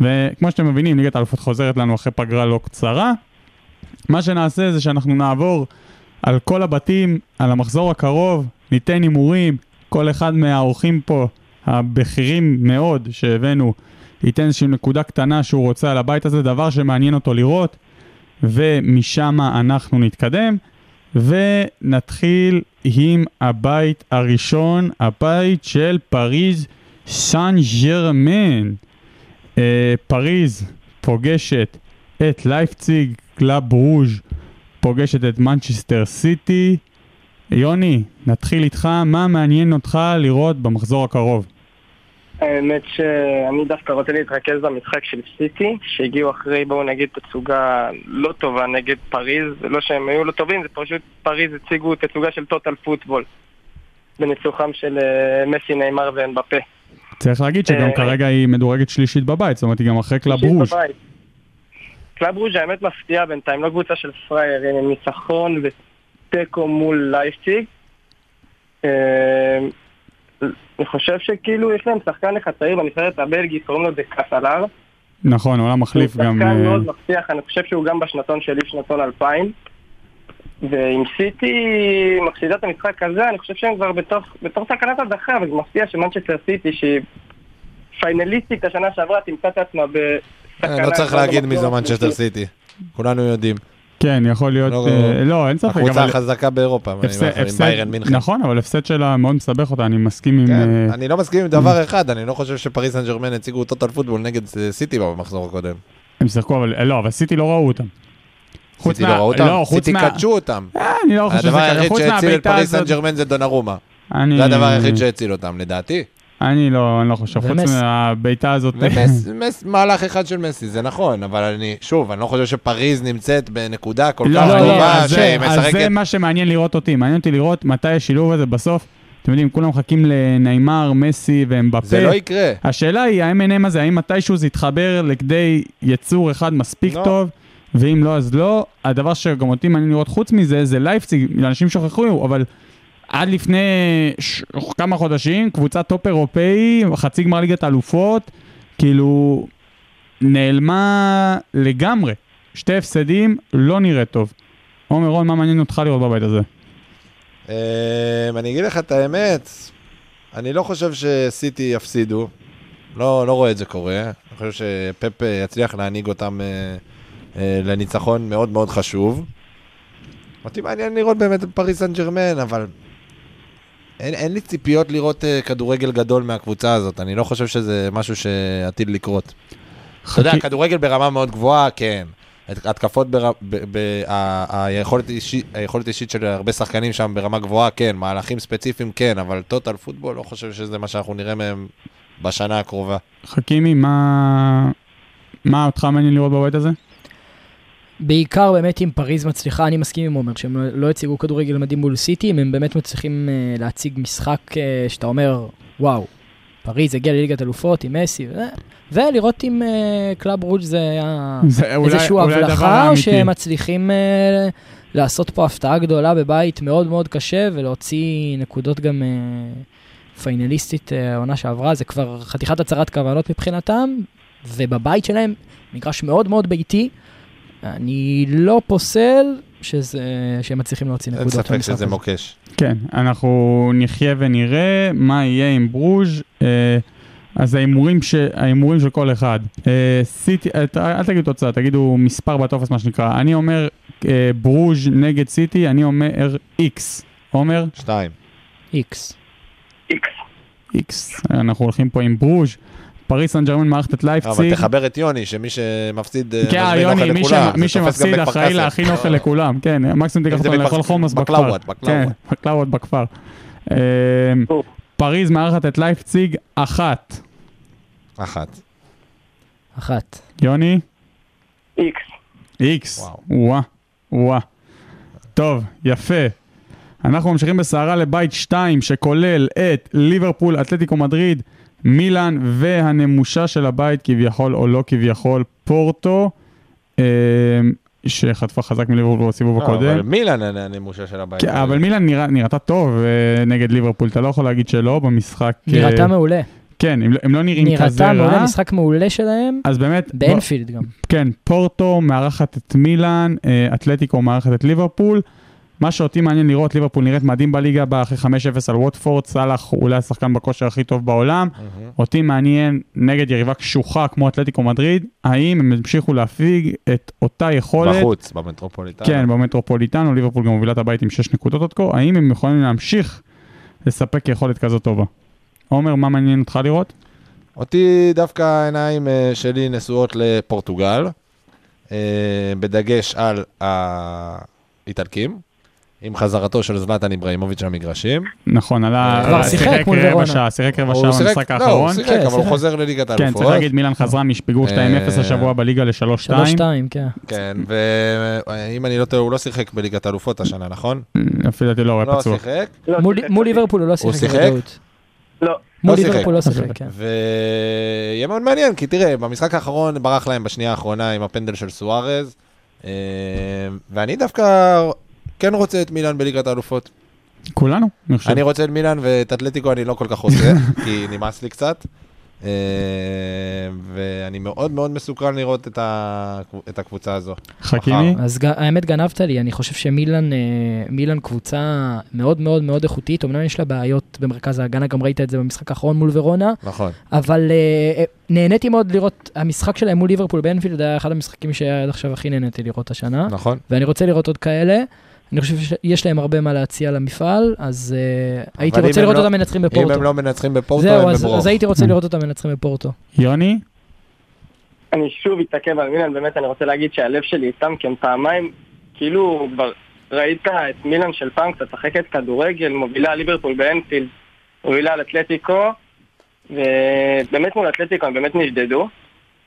S4: וכמו שאתם מבינים, ליגת האלופות חוזרת לנו אחרי פגרה לא קצרה. מה שנעשה זה שאנחנו נעבור על כל הבתים, על המחזור הקרוב, ניתן הימורים, כל אחד מהאורחים פה, הבכירים מאוד שהבאנו, ייתן איזושהי נקודה קטנה שהוא רוצה על הבית הזה, דבר שמעניין אותו לראות, ומשם אנחנו נתקדם. ונתחיל עם הבית הראשון, הבית של פריז סן ג'רמן. אה, פריז פוגשת את לייפציג, קלאב רוז' פוגשת את מנצ'סטר סיטי. יוני, נתחיל איתך, מה מעניין אותך לראות במחזור הקרוב?
S7: האמת שאני דווקא רוצה להתרכז במשחק של סיטי, שהגיעו אחרי, בואו נגיד, תצוגה לא טובה נגד פריז, זה לא שהם היו לא טובים, זה פשוט פריז הציגו תצוגה של טוטל פוטבול, בניצוחם של אה, מסי, נאמר ואמבפה.
S4: צריך להגיד שגם
S7: אה,
S4: כרגע היא מדורגת שלישית בבית, זאת אומרת היא גם אחרי קלאב
S7: שלישית
S4: רוז'.
S7: בבית. קלאב רוז' האמת מפתיעה בינתיים, לא קבוצה של פריירים, עם ניצחון ותיקו מול לייפציג. אה, אני חושב שכאילו יש להם שחקן אחד צעיר בנבחרת הבלגית, קוראים לו דקסלר.
S4: נכון, עולם מחליף
S7: הוא
S4: גם...
S7: שחקן
S4: אה,
S7: מאוד מבטיח, אני חושב שהוא גם בשנתון שלי, שנתון 2000. ואם סיטי מפסידה את המשחק הזה, אני חושב שהם כבר בתוך, בתוך סכנת הדחה, וזה מפתיע שמנצ'סטר סיטי, שהיא פיינליסטית השנה שעברה, תמצא את עצמה בסכנה...
S6: אה, לא צריך
S7: כבר
S6: להגיד מי
S7: במחזור
S6: זה מנצ'סטר
S7: השלישי.
S6: סיטי. כולנו יודעים.
S4: כן, יכול להיות...
S6: לא-
S4: אה, לא, אין ספק,
S6: הקבוצה
S4: אבל...
S6: החזקה באירופה, אני
S4: הפסד-
S6: אומר לך, עם
S4: הפסד-
S6: ביירן מינכן.
S4: נכון, אבל הפסד שלה מאוד מסבך אותה, אני מסכים עם...
S6: כן,
S4: אה,
S6: אני לא מסכים עם דבר אחד, אני לא חושב שפריס סן ג'רמן הציגו טוטל פוטבול נגד אה, סיטי במחזור הקודם.
S4: הם שיחקו, אבל... אה, לא, אבל סיטי לא ראו אותם. חוץ
S6: סיטי לא
S4: מה-
S6: ראו אותם,
S4: לא, חוץ
S6: סיטי
S4: מה-
S6: קדשו אותם.
S4: אה, אני לא חושב שזה
S6: הדבר
S4: ככה,
S6: היחיד
S4: חוץ
S6: שהציל את
S4: מהבעיטה
S6: פריס סן
S4: הזאת. Mm.
S6: ג'רמן זה דונרומה.
S4: אני-
S6: זה הדבר היחיד שהציל אותם, לדעתי.
S4: אני לא אני לא חושב, חוץ
S5: ומסי.
S4: מהבעיטה הזאת.
S6: ומס- מס- מהלך אחד של מסי, זה נכון, אבל אני, שוב, אני לא חושב שפריז נמצאת בנקודה כל כך
S4: לא, לא, לא,
S6: טובה
S4: אז זה-
S6: שהיא
S4: אז זה
S6: משחקת.
S4: מה שמעניין לראות אותי, מעניין אותי לראות מתי השילוב הזה בסוף. אתם יודעים, כולם מחכים לנעימר, מסי ואמבפה.
S6: זה לא יקרה.
S4: השאלה היא, ה-M&M הזה, האם מתישהו זה יתחבר לכדי יצור אחד מספיק
S6: לא.
S4: טוב, ואם לא, אז לא. הדבר שגם אותי מעניין לראות חוץ מזה, זה לייפציג, אנשים שוכחו, אבל עד לפני ש... כמה חודשים, קבוצת טופ אירופאי, חצי גמר ליגת האלופות, כאילו, נעלמה לגמרי. שתי הפסדים, לא נראה טוב. עומר רון, מה מעניין אותך לראות בבית הזה?
S6: אמ, אני אגיד לך את האמת, אני לא חושב שסיטי יפסידו. לא, לא רואה את זה קורה. אני חושב שפפ אה, יצליח להנהיג אותם אה, אה, לניצחון מאוד מאוד חשוב. אותי מעניין לראות באמת את פריס סן ג'רמן, אבל אין, אין לי ציפיות לראות אה, כדורגל גדול מהקבוצה הזאת. אני לא חושב שזה משהו שעתיד לקרות. אתה יודע, כדורגל ברמה מאוד גבוהה, כן. הת- התקפות, בר... ב... ב... ה... היכולת, אישי... היכולת אישית של הרבה שחקנים שם ברמה גבוהה, כן, מהלכים ספציפיים, כן, אבל טוטל פוטבול, לא חושב שזה מה שאנחנו נראה מהם בשנה הקרובה.
S4: חכימי, מה... מה אותך מעניין לראות בבית הזה?
S5: בעיקר באמת אם פריז מצליחה, אני מסכים עם עומר, שהם לא- לא הציגו כדורגל מדהים מול סיטי, אם הם באמת מצליחים אה, להציג משחק אה, שאתה אומר, וואו, פריז הגיעה לליגת אלופות עם מסי, וזה", ולראות אם אה, קלאב רוג' זה היה
S4: זה אולי-
S5: איזשהו
S4: אולי הדבר
S5: הבלחה, או
S4: האמיתי.
S5: שהם מצליחים אה, לעשות פה הפתעה גדולה בבית מאוד מאוד קשה, ולהוציא נקודות גם אה, פיינליסטית אה, העונה שעברה, זה כבר חתיכת הצהרת כוונות מבחינתם, ובבית שלהם, מגרש מאוד מאוד ביתי, אני לא פוסל שזה, שהם מצליחים להוציא
S6: אין
S5: נקודות.
S6: ספק
S5: מהמשחק
S6: שזה
S5: הזה.
S6: מוקש.
S4: כן, אנחנו נחיה ונראה מה יהיה עם ברוז'. אה, אז ההימורים ש... ההימורים של כל אחד. אה, סיטי, אה, ת- אל תגידו תוצאה, תגידו מספר בטופס, מה שנקרא. אני אומר אה, ברוז' נגד סיטי, אני אומר איקס. עומר?
S6: שתיים.
S5: איקס.
S7: איקס.
S4: איקס. אנחנו הולכים פה עם ברוז'. פריס סן ג'רמן מערכת את
S6: אבל
S4: לייפציג.
S6: תחבר את יוני, שמי שמפסיד, אה,
S4: כן,
S6: מזמין
S4: יוני,
S6: אוכל
S4: מי
S6: לכולם.
S4: ש-
S6: זה
S4: מי
S6: תופס גם
S4: שמפסיד
S6: בכפר
S4: אחראי
S6: קאסם.
S4: להכין אוכל לכולם. כן, מקסימום
S6: אם
S4: תיקח
S6: זה
S4: אותו לאכול
S6: בכפר-
S4: חומוס בכפר.
S6: בקלאוות, בקלאוות.
S4: כן, בקלאוות בכפר. אה,
S7: טוב.
S4: פריז מארחת את לייפציג אחת.
S6: אחת.
S5: אחת.
S4: יוני?
S7: איקס.
S4: איקס.
S6: וואו.
S4: וואה. וואה. טוב, יפה. אנחנו ממשיכים בסערה לבית 2 שכולל את ליברפול, אתלטיקו מדריד, מילאן והנמושה של הבית כביכול או לא כביכול, פורטו, אה, שחטפה חזק מליברפול בסיבוב
S6: לא, אבל
S4: הקודם.
S6: מילן הנמושה של הבית.
S4: כן,
S5: לא
S4: אבל מילאן נראה- נראתה טוב אה, נגד ליברפול, אתה לא יכול להגיד שלא במשחק. אה,
S5: נראתה מעולה.
S4: כן, הם לא- הם לא נראים כזה
S5: נראתה מעולה,
S4: רע.
S5: משחק מעולה שלהם,
S4: אז באמת, בוא-
S5: באנפילד גם.
S4: כן, פורטו מארחת את מילאן, אה, אתלטיקו מארחת את ליברפול. מה שאותי מעניין לראות, ליברפול נראית מדהים בליגה, באה אחרי 5-0 על ווטפורד, סאלח הוא אולי השחקן בכושר הכי טוב בעולם. אותי מעניין, נגד יריבה קשוחה כמו אתלטיקו מדריד, האם הם ימשיכו להפיג את אותה יכולת,
S6: בחוץ, במטרופוליטן.
S4: כן, במטרופוליטנו, ליברפול גם מובילה את הבית עם 6 נקודות עד כה, האם הם יכולים להמשיך לספק יכולת כזאת טובה? עומר, מה מעניין אותך לראות?
S6: אותי דווקא העיניים אה, שלי נשואות לפורטוגל, אה, בדגש על האיטלקים, עם חזרתו של זלאטן איברהימוביץ' למגרשים.
S4: נכון, עלה...
S6: כבר
S5: אה, שיחק מול
S4: רבע
S5: ורונה.
S4: שעה, שיחק רבע
S6: הוא
S4: שעה במשחק
S6: שיחק- לא,
S4: האחרון.
S6: הוא שיחק,
S5: כן,
S6: אבל הוא
S5: שיחק.
S6: חוזר לליגת
S4: כן, צריך
S6: האלופות.
S4: להגיד, מילאן חזרה מפיגור 2-0
S6: אה,
S4: השבוע בליגה ל-3-2.
S5: 3-2, כן.
S6: כן, ואם אני לא טועה, הוא לא שיחק בליגת האלופות השנה, נכון?
S4: לפי דעתי לא, הוא היה
S6: לא
S4: פצוע.
S6: שיחק.
S7: לא,
S5: מול-
S7: שיחק,
S5: מול
S7: שיחק.
S5: ליברפול הוא לא
S6: הוא
S5: שיחק
S6: שיחק?
S5: בוודאות.
S7: לא,
S5: מול
S6: שיחק.
S5: ליברפול לא שיחק, כן.
S6: ויהיה מאוד מעניין, כי תראה, במשחק האחרון ברח להם בשנייה האחרונה עם הפנדל של סוארז, אה, ואני דווקא כן רוצה את מילאן בליגת האלופות.
S4: כולנו, אני חושב.
S6: אני רוצה את מילאן ואת אתלטיקו אני לא כל כך רוצה, כי נמאס לי קצת. אה, ואני מאוד מאוד מסוקרן לראות את ה- את הקבוצה הזו.
S4: חכימי,
S5: אז ג- האמת גנבת לי, אני חושב שמילן אה, מילן קבוצה מאוד מאוד מאוד איכותית, אמנם יש לה בעיות במרכז ההגנה, גם ראית את זה במשחק האחרון מול ורונה,
S6: נכון.
S5: אבל אה, אה, נהניתי מאוד לראות, המשחק שלהם מול ליברפול באנפילד היה אחד המשחקים שעד עכשיו הכי נהניתי לראות השנה,
S6: נכון.
S5: ואני רוצה לראות עוד כאלה. אני חושב שיש להם הרבה מה להציע למפעל, אז אה, הייתי
S6: אם
S5: רוצה
S6: הם
S5: לראות
S6: לא-
S5: אותם מנצחים
S6: אם
S5: בפורטו.
S6: הם לא מנצחים בפורטו,
S5: אה? זהו,
S6: הם
S5: אז-
S6: בברוך.
S5: אז הייתי רוצה לראות אותם מנצחים בפורטו.
S4: יוני,
S7: אני שוב אתעכב על מילן, באמת אני רוצה להגיד שהלב שלי איתם, כי הם פעמיים, כאילו, בר- ראית את מילן של פעם קצת משחקת כדורגל, מובילה ליברפול באנפילד, מובילה על אתלטיקו, ובאמת מול אתלטיקו הם באמת נשדדו.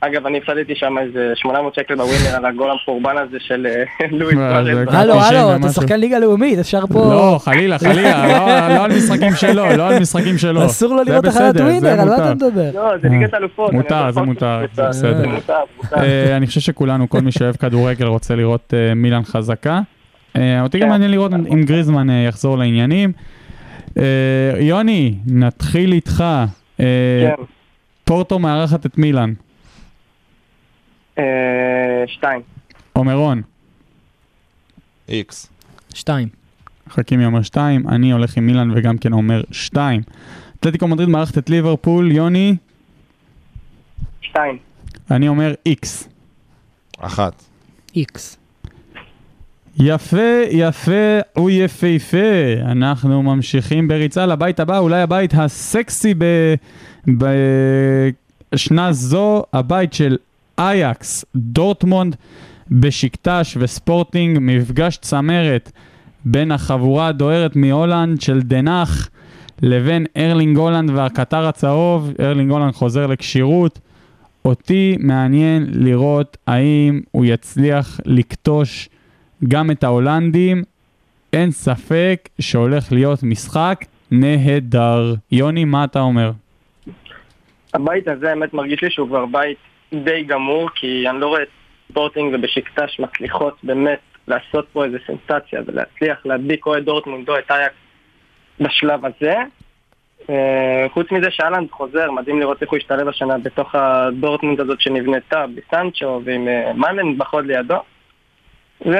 S7: אגב, אני הפסדתי שם איזה 800 שקל בווינר על הגול המחורבן הזה של אה, לואי
S4: אה, זה
S7: פרס.
S4: כבר
S5: הלו,
S4: 90
S5: הלו, אתה
S4: ומשהו.
S5: שחקן ליגה לאומית, אפשר פה...
S4: לא, חלילה, חלילה, לא- לא על משחקים שלו, לא על משחקים שלו.
S5: אסור לו
S4: זה
S5: לראות
S4: בסדר,
S5: החלת
S4: זה
S5: ווינר, על מה
S4: מותר.
S5: אתה מדבר?
S7: לא, זה ליגת אלופות. אני
S4: מותר,
S7: לא
S4: זה
S7: פחות
S4: מותר,
S7: קבוצה.
S4: זה בסדר.
S7: זה מותר, מותר.
S4: אה, אני חושב שכולנו, כל מי שאוהב כדורגל רוצה לראות אה, מילאן חזקה. אה, אותי גם
S7: כן.
S4: מעניין לראות אם גריזמן אה, יחזור לעניינים. אה, יוני, נתחיל איתך. אה,
S7: כן.
S4: פורטו מארחת את מילאן.
S7: אה, שתיים.
S4: עומרון,
S6: איקס.
S5: שתיים.
S4: חכימי אומר שתיים, אני הולך עם מילאן וגם כן אומר שתיים. אתלטיקו מדריד מארחת את ליברפול, יוני,
S7: שתיים.
S4: אני אומר איקס.
S6: אחת.
S5: איקס.
S4: יפה, יפה, הוא יפהפה. אנחנו ממשיכים בריצה לבית הבא, אולי הבית הסקסי ב... בשנה זו, הבית של אייקס, דורטמונד, בשקטש וספורטינג, מפגש צמרת בין החבורה הדוהרת מהולנד של דנאך לבין ארלינג הולנד והקטר הצהוב. ארלינג הולנד חוזר לכשירות. אותי מעניין לראות האם הוא יצליח לכתוש גם את ההולנדים, אין ספק שהולך להיות משחק נהדר. יוני, מה אתה אומר?
S7: הבית הזה, האמת, מרגיש לי שהוא כבר בית די גמור, כי אני לא רואה את ספורטינג ובשקטש מצליחות באמת לעשות פה איזה סנסציה ולהצליח להדביק או את דורטמונד או את אייק בשלב הזה. אה, חוץ מזה שאלנד חוזר, מדהים לראות איך הוא השתלב השנה בתוך הדורטמונד הזאת שנבנתה, בלי סנצ'ו ועם אה, מאלן בחוד לידו. זה,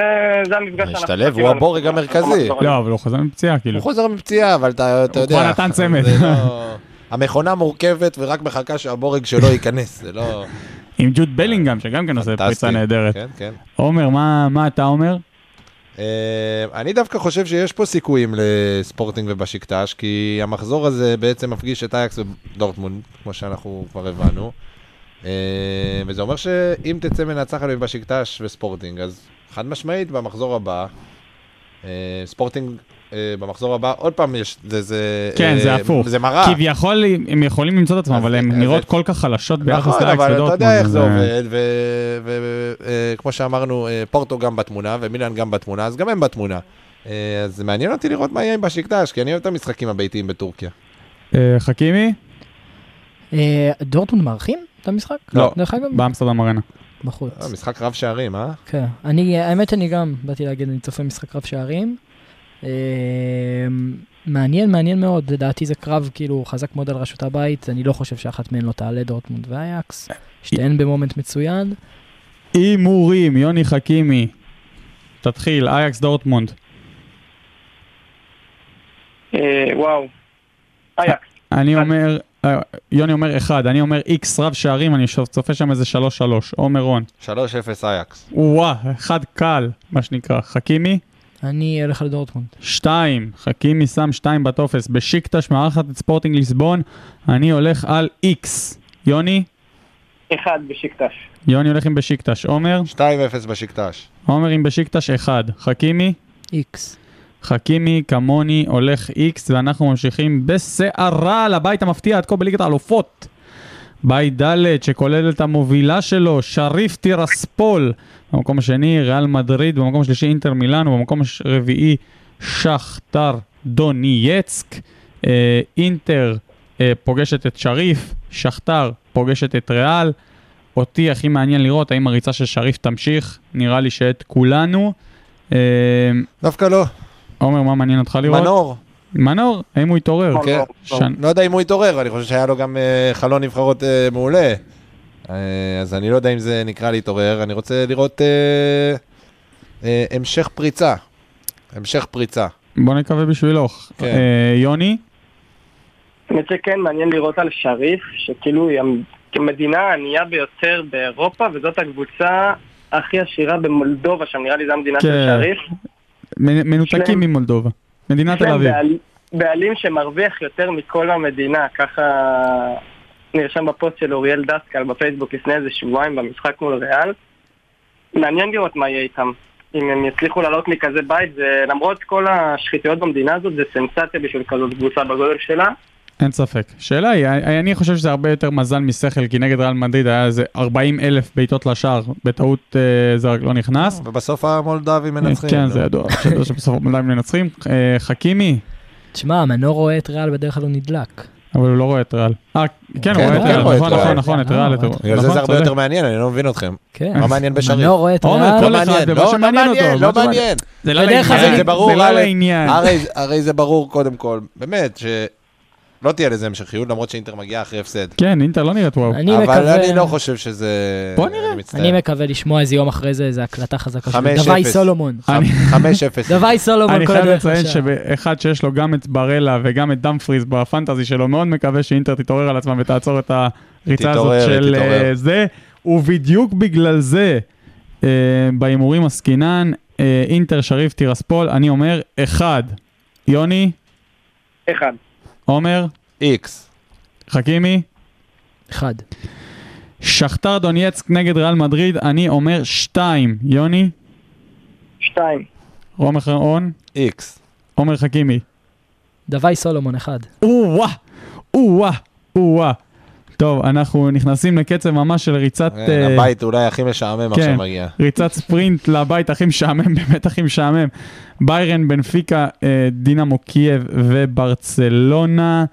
S7: זה המפגש שאנחנו...
S6: השתלב,
S7: מחכים
S6: הוא
S7: לו.
S6: הבורג המרכזי.
S4: לא, אבל הוא חוזר מפציעה, כאילו.
S6: הוא חוזר מפציעה, אבל אתה אתה
S4: הוא
S6: יודע.
S4: כבר נתן צמד.
S6: זה לא- המכונה מורכבת ורק מחכה שהבורג שלו ייכנס, זה לא...
S4: עם ג'וד בלינגהם, שגם כן עושה
S6: פנטסטי.
S4: פריצה נהדרת.
S6: כן, כן.
S4: עומר, מה מה אתה אומר?
S6: אה, אני דווקא חושב שיש פה סיכויים לספורטינג ובשקטש, כי המחזור הזה בעצם מפגיש את אייקס ודורטמונד, כמו שאנחנו כבר הבנו. אה, וזה אומר שאם תצא מנצחת מבשקטש וספורטינג, אז חד משמעית במחזור הבא, אה, ספורטינג אה, במחזור הבא, עוד פעם יש, זה... זה
S4: כן,
S6: אה,
S4: זה הפוך.
S6: זה מראה.
S4: כביכול הם יכולים למצוא את עצמם,
S6: אז-
S4: אבל הן
S6: אז-
S4: נראות כל כך חלשות ביחס
S6: נכון,
S4: לאקס
S6: אבל אתה
S4: ודורטמונד.
S6: יודע איך זה
S4: אז, אה,
S6: עובד, וכמו שאמרנו, אה, פורטו גם בתמונה, ומילאן גם בתמונה, אז גם הם בתמונה. אה, אז מעניין אותי לראות מה יהיה עם בשקטש, כי אני אוהב את המשחקים הביתיים בטורקיה.
S4: אה, חכימי?
S5: אה, דורטמונד מארחים את המשחק?
S4: לא.
S5: דרך אגב?
S4: באמסטרדם ארנה.
S5: בחוץ.
S6: אה, משחק רב שערים, אה?
S5: כן. אני, האמת אני גם באתי להגיד, אני צופה משחק רב שערים. אה, מעניין, מעניין מאוד. לדעתי זה קרב כאילו חזק מאוד על ראשות הבית. אני לא חושב שאחת מהן לא תעלה דורטמונד ואייקס. שתיהן במומנט מצוין.
S4: הימורים, יוני חכימי. תתחיל, אייקס דורטמונד.
S7: אה, וואו. אייק.
S4: אני אומר, אה, יוני אומר אחד, אני אומר איקס רב שערים, אני שוב- צופה שם איזה שלוש שלוש, עומר רון.
S6: 3-0 אייקס.
S4: וואה, אחד קל, מה שנקרא. חכימי,
S5: אני הולך על דורטמונד.
S4: שתיים. חכימי שם שתיים בטופס. בשיקטש מארחת את ספורטינג ליסבון, אני הולך על איקס. יוני?
S7: אחד בשקטש.
S4: יוני הולך עם בשיקטש. עומר?
S6: 2-0 בשקטש.
S4: עומר עם בשיקטש אחד. חכימי?
S5: איקס.
S4: חכימי, כמוני, הולך איקס, ואנחנו ממשיכים בסערה לבית המפתיע עד כה בליגת האלופות. בית ד' שכולל את המובילה שלו, שריף טירספול. במקום השני, ריאל מדריד, במקום השלישי, אינטר מילאן, ובמקום הרביעי, שכתר דונייצק. אה, אינטר אה, פוגשת את שריף, שכתר פוגשת את ריאל. אותי הכי מעניין לראות האם הריצה של שריף תמשיך, נראה לי שאת כולנו. אה,
S6: דווקא לא.
S4: עומר, מה מעניין אותך לראות?
S6: מנור.
S4: מנור, האם הוא יתעורר?
S7: מנור,
S6: כן.
S4: שנ-
S6: לא יודע אם הוא התעורר, אני חושב שהיה לו גם אה, חלון נבחרות אה, מעולה. אה, אז אני לא יודע אם זה נקרא להתעורר, אני רוצה לראות אה, אה, המשך פריצה. המשך פריצה.
S4: בוא נקווה בשבילו.
S6: כן.
S4: אה, יוני?
S7: האמת שכן, מעניין לראות על שריף, שכאילו היא המ- כמדינה הענייה ביותר באירופה, וזאת הקבוצה הכי עשירה במולדובה, שם נראה לי זו המדינה
S4: כן.
S7: של שריף.
S4: מנ- מנותקים
S7: שלהם.
S4: ממולדובה. מדינת
S7: יש
S4: תל
S7: להם
S4: אביב.
S7: בעל- בעלים שמרוויח יותר מכל המדינה, ככה נרשם בפוסט של אוריאל דסקל בפייסבוק לפני איזה שבועיים במשחק מול ריאל. מעניין לראות מה יהיה איתם. אם הם יצליחו לעלות מכזה בית, זה, למרות כל השחיתויות במדינה הזאת, זה סנסציה בשביל כזאת קבוצה בגודל שלה.
S4: אין ספק. שאלה היא, אה, אני אני חושב שזה הרבה יותר מזל משכל, כי נגד ריאל מדריד היה איזה 40 אלף בעיטות לשער, בטעות אה, זרק לא נכנס.
S6: ובסוף המולדבים מנצחים. לא.
S4: כן, זה ידוע, שידוע שבסוף עדיין מנצחים. אה, חכימי,
S5: תשמע, מנור רואה את ריאל בדרך כלל הוא נדלק.
S4: אבל הוא לא רואה את ריאל. אה, כן, הוא
S6: כן,
S4: רואה את
S6: הוא
S4: ריאל,
S6: כן רואה
S4: נכון,
S6: את
S4: נכון,
S6: ריאל.
S4: נכון, את
S5: אה,
S4: ריאל.
S5: הוא רואה את
S4: אתה-
S6: בגלל זה
S4: נכון,
S6: זה הרבה
S4: צודק.
S6: יותר מעניין, אני לא מבין אתכם.
S5: כן.
S6: מה מעניין בשריף?
S5: מנור רואה את
S4: אה, עומר,
S5: ריאל.
S4: כל
S6: לא
S4: אחד
S6: מעניין,
S4: ומה
S6: לא, לא
S4: שמעניין אותו,
S6: מעניין,
S4: מה
S6: לא
S4: שמעניין.
S6: מעניין.
S4: זה לא
S5: בדרך כלל
S4: לעניין,
S5: זה
S6: ברור, אה,
S4: זה לא
S6: א',
S4: לעניין.
S6: הרי, הרי זה ברור קודם כל, באמת, שלא תהיה לזה המשכיות, למרות שאינטר מגיעה אחרי הפסד.
S4: כן, אינטר לא נראית וואו.
S5: אני
S6: אבל
S5: מקווה-
S6: אני לא חושב שזה...
S4: בוא נראה.
S6: אני מצטער.
S5: אני מקווה לשמוע איזה יום אחרי זה, איזה הקלטה חזקה שלו.
S6: חמש
S5: דווי
S6: אפס.
S5: סולומון.
S4: אני-
S6: 5-0.
S5: דווי סולומון
S4: אני
S5: כל
S4: חייב
S5: הדרך
S4: לציין
S5: לשם.
S4: שאחד שיש לו גם את ברלה וגם את דמפריז בפנטזי שלו, מאוד מקווה שאינטר תתעורר על עצמה ותעצור את הריצה הזאת
S6: תתעורר,
S4: של אה,
S6: תתעורר.
S4: זה. ובדיוק בגלל זה, אה, בהימורים עסקינן, אה, אינטר שריף טירספול, אני אומר, אחד, יוני,
S7: אחד.
S4: עומר,
S6: איקס.
S4: חכימי,
S5: אחד.
S4: שכתר דונייצק נגד ריאל מדריד, אני אומר שתיים, יוני,
S7: שתיים.
S4: עומר חרון,
S6: איקס.
S4: עומר חכימי.
S5: דווי סולומון, אחד.
S4: או-אה, או-אה, או-אה. טוב, אנחנו נכנסים לקצב ממש של ריצת... אה,
S6: כן, הבית אולי הכי משעמם
S4: כן.
S6: עכשיו מגיע.
S4: ריצת ספרינט לבית הכי משעמם, באמת הכי משעמם. ביירן, בנפיקה, אה, דינמו קייב וברצלונה.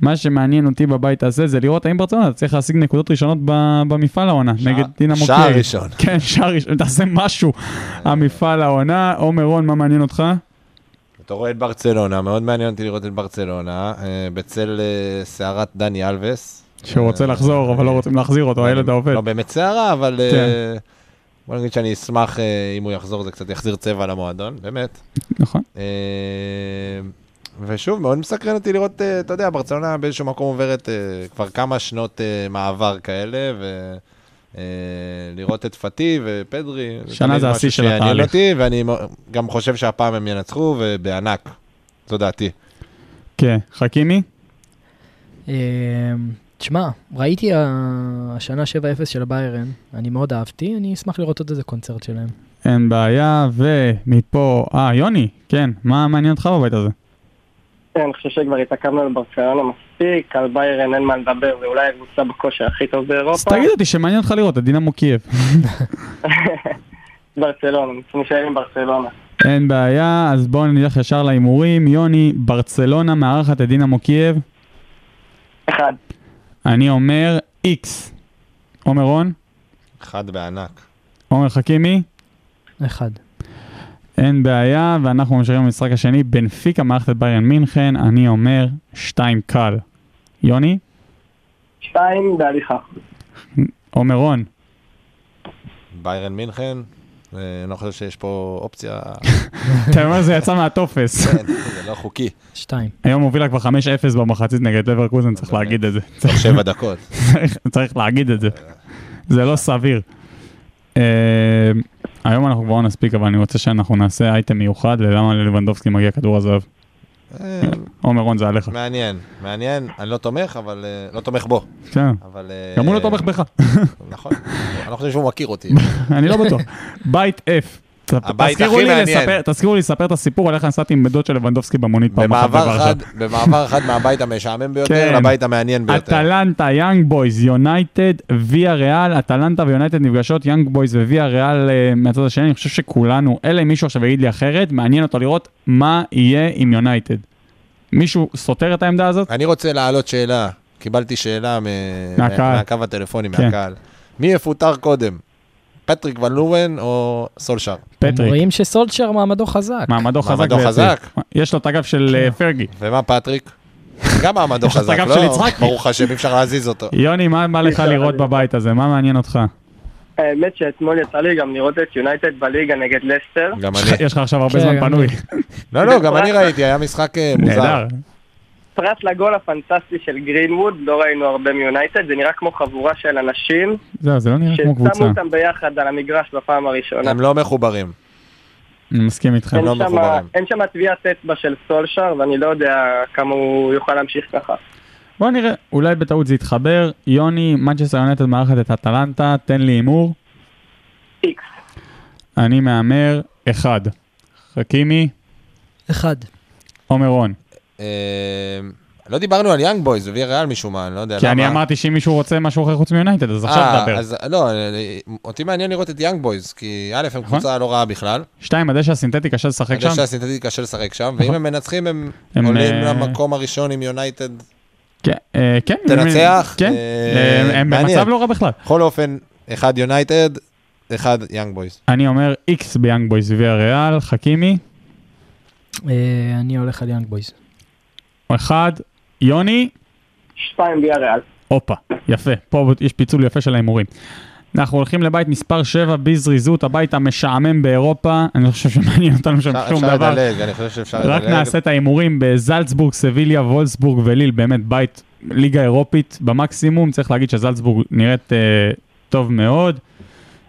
S4: מה שמעניין אותי בבית הזה זה לראות האם ברצלונה צריך להשיג נקודות ראשונות ב- במפעל העונה, נגד דינמו
S6: שער
S4: קייב.
S6: ראשון. אה.
S4: כן, שער ראשון, תעשה משהו. המפעל העונה, עומר רון, מה מעניין אותך?
S6: אתה רואה את ברצלונה, מאוד מעניין אותי לראות את ברצלונה, אה, בצל אה, סערת דני אלווס.
S4: שהוא רוצה לחזור, אבל לא רוצים להחזיר אותו, הילד העובד.
S6: אה, לא באמת סערה, אבל... אה,
S4: כן.
S6: בוא נגיד שאני אשמח אה, אם הוא יחזור, זה קצת יחזיר צבע למועדון, באמת.
S4: נכון.
S6: אה, ושוב, מאוד מסקרן אותי לראות, אה, אתה יודע, ברצלונה באיזשהו מקום עוברת אה, כבר כמה שנות אה, מעבר כאלה, ולראות את פאטי ופדרי.
S4: שנה
S6: תמיד
S4: זה
S6: משהו
S4: השיא של
S6: שיעניין
S4: התהליך.
S6: אותי, ואני מ- גם חושב שהפעם הם ינצחו, ובענק. זו דעתי.
S4: כן, חכימי?
S5: אמ, תשמע, ראיתי ה- השנה 7-0 של הביירן, אני מאוד אהבתי, אני אשמח לראות עוד איזה קונצרט שלהם.
S4: אין בעיה, ומפה, אה, יוני, כן, מה מעניין אותך בבית הזה?
S7: כן, אני חושב שכבר התעכבנו על ברצלונה מספיק, על ביירן אין מה לדבר, זה אולי הקבוצה בכושר הכי טוב
S4: אז
S7: באירופה.
S4: תגיד אותי שמעניין אותך לראות את דינמו קייב.
S7: ברצלונה, אנחנו נשאר עם ברצלונה.
S4: אין בעיה, אז בואו נלך ישר להימורים. יוני, ברצלונה מארחת את דינמו קייב.
S7: אחד.
S4: אני אומר איקס. עומר רון,
S6: אחד בענק.
S4: עומר חכימי,
S5: אחד.
S4: אין בעיה, ואנחנו ממשיכים במשחק השני. בנפיקה מארחת את ביירן מינכן, אני אומר שתיים קל. יוני,
S7: שתיים בהליכה.
S4: עומר רון,
S6: ביירן מינכן, אה, אני לא חושב שיש פה אופציה,
S4: אתה אומר זה יצא מהטופס.
S6: כן, זה לא חוקי.
S5: שתיים.
S4: היום הובילה כבר 5-0 במחצית נגד לברקוזן, צריך
S6: באמת.
S4: להגיד את זה.
S6: כבר שבע דקות.
S4: צריך- צריך להגיד את זה. זה לא סביר. אה, היום אנחנו כבר לא נספיק, אבל אני רוצה שאנחנו נעשה אייטם מיוחד ללמה ללבנדובסקי מגיע כדור הזהב.
S6: אה,
S4: עומר רון, זה עליך.
S6: מעניין, מעניין. אני לא תומך, אבל... אה, לא תומך בו.
S4: כן.
S6: אבל... אה,
S4: גם הוא לא תומך בך,
S6: נכון. אני לא חושב שהוא מכיר אותי.
S4: אני לא בטוח. בית F. תספ-
S6: הבית
S4: תזכירו
S6: הכי
S4: לי
S6: מעניין.
S4: לספר- תזכירו לי לספר את הסיפור על איך נסעתי עם דוד של לבנדובסקי במונית פעם אחת
S6: במעבר
S4: בוורשה.
S6: חד, במעבר חד מהבית המשעמם
S4: כן.
S6: ביותר לבית המעניין ביותר.
S4: אטלנטה, יאנג בויז, יונייטד, ויה ריאל, אטלנטה ויונייטד נפגשות, יאנג בויז וויה ריאל אה, מהצד השני, אני חושב שכולנו, אלא אם מישהו עכשיו יגיד לי אחרת, מעניין אותו לראות מה יהיה עם יונייטד. מישהו סותר את העמדה הזאת?
S6: אני רוצה להעלות שאלה. קיבלתי שאלה מ-
S4: מהקהל.
S6: מהקו הטלפוני,
S4: כן.
S6: מהקהל. מי יפוטר קודם? פטריק ון לורן או סולשר?
S4: פטריק,
S5: רואים שסולצ'ר מעמדו חזק.
S4: מעמדו חזק.
S6: מעמדו
S4: ויציב.
S6: חזק. כן.
S4: יש לו את הגב של אה, פרגי.
S6: ומה פטריק? גם מעמדו
S4: יש את
S6: חזק,
S4: הגב של
S6: לא?
S4: יצחקי.
S6: ברוך השם, אי אפשר להזיז אותו.
S4: יוני, מה בא לך
S7: אפשר
S4: לראות
S7: להגיד.
S4: בבית הזה? מה מעניין אותך?
S7: האמת שאתמול יצא לי גם לראות את יונייטד בליגה נגד לסטר.
S6: גם
S4: יש לך-
S6: אני.
S4: יש לך עכשיו הרבה
S5: כן,
S4: זמן
S5: גם
S4: פנוי.
S6: לא, לא, גם אני ראיתי, היה משחק אה, מוזר.
S4: נהדר.
S7: פרט לגול הפנטסטי של גרינווד, לא ראינו הרבה מיונייטד, זה נראה כמו חבורה של אנשים
S4: זהו, זה לא נראה כמו
S7: ששמו
S4: קבוצה.
S7: אותם ביחד על המגרש בפעם הראשונה.
S6: הם לא מחוברים.
S4: אני מסכים איתך.
S6: לא
S7: אין שם-
S6: מחוברים.
S7: אין שם טביעת אצבע של סולשר, ואני לא יודע כמה הוא יוכל להמשיך ככה.
S4: בוא נראה, אולי בטעות זה יתחבר. יוני, מנצ'סטר יונטד מארחת את אטלנטה, תן לי הימור.
S7: איקס.
S4: אני מהמר, אחד. חכימי,
S5: אחד.
S4: עומר רון.
S6: אה, לא דיברנו על יאנג בויז וויה ריאל משום מה, אני לא יודע למה.
S4: כי אני אמרתי שאם מישהו רוצה משהו אחר חוץ מיונייטד, אז עכשיו
S6: אה,
S4: תדבר.
S6: אז לא, אה, אותי מעניין לראות את יאנג בויז, כי א', הם קבוצה לא רעה בכלל.
S4: שתיים, הדשא הסינתטי קשה לשחק
S6: הדשא
S4: נכון. כן, שם. נכון.
S6: הסינתטי קשה לשחק שם, ואם הם מנצחים הם
S4: הם,
S6: עולים
S4: אה,
S6: למקום הראשון עם יונייטד.
S4: כן, אה, כן.
S6: תנצח,
S4: כן.
S6: אה,
S4: הם- הם
S6: מעניין.
S4: במצב לא רע בכלל.
S6: בכל אופן, אחד יונייטד, אחד יאנג בויז.
S4: אני אומר איקס ביאנג בויז ויה ריאל, חכימי,
S5: אה, אני הולך על יאנג בויז.
S4: אחד, יוני,
S7: שתיים ביה ריאל.
S4: הופה, יפה, פה יש פיצול יפה של ההימורים. אנחנו הולכים לבית מספר 7 בזריזות, הבית המשעמם באירופה, אני לא חושב שמעניין אותנו שם
S6: אפשר
S4: שום
S6: אפשר
S4: דבר.
S6: לדלג, אני חושב שאפשר
S4: רק
S6: לדלג.
S4: נעשה את ההימורים בזלצבורג, סביליה, וולסבורג וליל, באמת בית ליגה אירופית במקסימום, צריך להגיד שזלצבורג נראית אה, טוב מאוד.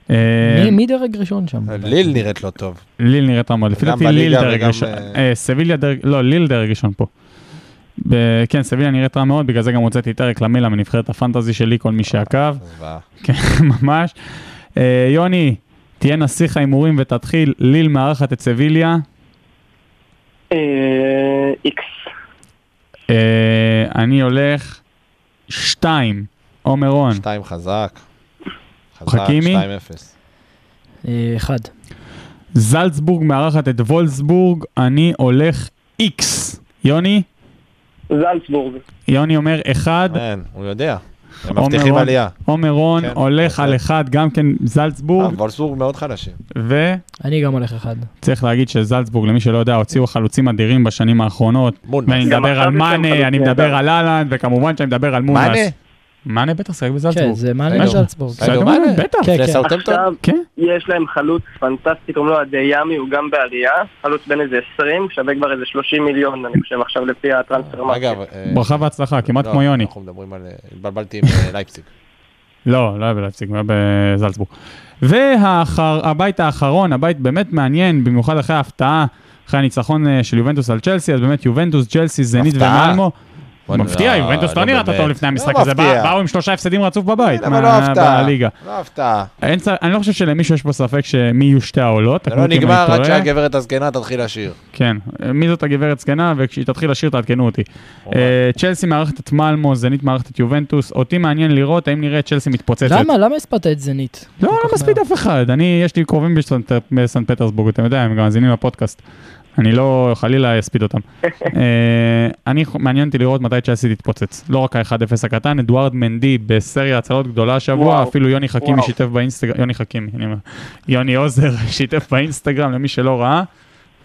S4: אה,
S5: מי- מי דרג ראשון שם?
S6: ליל נראית לא טוב.
S4: ליל נראית טוב מאוד, לפי
S6: גם
S4: דעתי
S6: בליגה
S4: ליל דרג
S6: וגם,
S4: ראשון,
S6: אה,
S4: אה, סביליה דרג, לא, ליל דרג ראשון פה. ב- כן, סביליה נראית רע מאוד, בגלל זה גם הוצאתי את אריק למילה מנבחרת הפנטזי שלי, כל מי שעקב.
S6: זוועה.
S4: ממש. אה, יוני, תהיה נסיך ההימורים ותתחיל. ליל מארחת את סביליה.
S7: אה, איקס.
S4: אה, אני הולך שתיים. עומר רון.
S6: שתיים חזק. חזק,
S4: כן. חכימי?
S6: 2-0.
S5: אה, אחד.
S4: זלצבורג מארחת את וולסבורג. אני הולך איקס. יוני?
S7: זלצבורג.
S4: יוני אומר אחד.
S6: אין, כן, הוא יודע. הם
S4: עומר
S6: אה, מבטיחים
S4: רון.
S6: עלייה.
S4: עומר רון
S6: כן,
S4: הולך
S6: בהחלט. אה.
S4: על אחד, גם כן זלצבורג.
S6: וולסבורג אה, מאוד חלשים.
S4: וצריך
S5: אני גם הולך אחד.
S4: להגיד שזלצבורג, למי שלא יודע, הוציאו חלוצים אדירים בשנים האחרונות.
S6: מונס.
S4: ואני
S7: גם
S4: מדבר
S7: עכשיו
S4: על
S7: יש להם
S4: מאנה,
S7: חלוצים
S4: אני מדבר
S7: נהדרים.
S4: על אהלן, וכמובן שאני מדבר על מונס.
S6: מאנה?
S4: מאנה בטח שיחק
S5: כן,
S4: בזלצבורג.
S5: זה מעניין
S6: רגע.
S5: זלצבורג.
S6: רגע.
S4: סיידו מאנה, בטח.
S5: כן,
S6: לפני
S5: כן.
S6: סאוטהמפטון?
S7: עכשיו
S4: כן.
S7: יש להם חלוץ פנטסטי, קוראים לו אדיימי, הוא גם בעלייה. חלוץ בין איזה 20, שווה כבר איזה 30 מיליון, אני חושב, עכשיו לפי הטרנספר מרקט.
S6: אגב, אה,
S4: ברכה והצלחה, כמעט
S6: לא,
S4: כמו יוני.
S6: אנחנו מדברים על... אה, התבלבלתי עם אה, לייפציג.
S4: לא, לא היה בלייפציג, הוא היה בזלצבורג. והבית האחרון, הבית באמת מעניין, במיוחד אחרי ההפתעה, אחרי הניצחון אה, של יובנטוס על צ'לסי, אז באמת יובנטוס, ג'לסי, זנית
S6: הפתעה?
S4: ומלמו.
S6: וואלה,
S4: מפתיע, יובנטוס לא נראית
S6: באמת.
S4: טוב לפני המשחק
S6: לא
S4: הזה,
S6: מפתיע.
S4: בא- באו עם שלושה הפסדים רצוף בבית,
S6: כן, אבל לא
S4: מה-
S6: הפתעה.
S4: בליגה.
S6: לא הפתעה.
S4: אין צ- אני לא חושב שלמישהו יש פה ספק שמי יהיו שתי העולות,
S6: זה
S4: תקנו
S6: לא
S4: אותי אם אני
S6: נגמר עד
S4: טועה.
S6: שהגברת הזקנה תתחיל לשיר.
S4: כן, מי זאת הגברת זקנה, וכשהיא תתחיל לשיר תעדכנו אותי. אה, צ'לסי מארחת את מלמו, זנית מארחת את יובנטוס, אותי מעניין לראות האם נראה את צ'לסי מתפוצצת.
S5: למה? למה הספדת את זנית?
S4: לא, לא מספיד אף אחד, אני, יש לי קרובים בסנט- בסנט פטרסבורג, אתם יודעים, הם גם מאזינים לפודקאסט. אני לא, חלילה אספיד אותם. אה, אני, מעניין אותי לראות מתי צ'לסי תתפוצץ. לא רק ה-1-0 הקטן, אדוארד מנדי בסריה הצלות גדולה השבוע,
S7: וואו.
S4: אפילו יוני חכימי
S7: וואו.
S4: שיתף באינסטגרם, יוני חכימי, אני אומר, יוני עוזר שיתף באינסטגרם למי שלא ראה,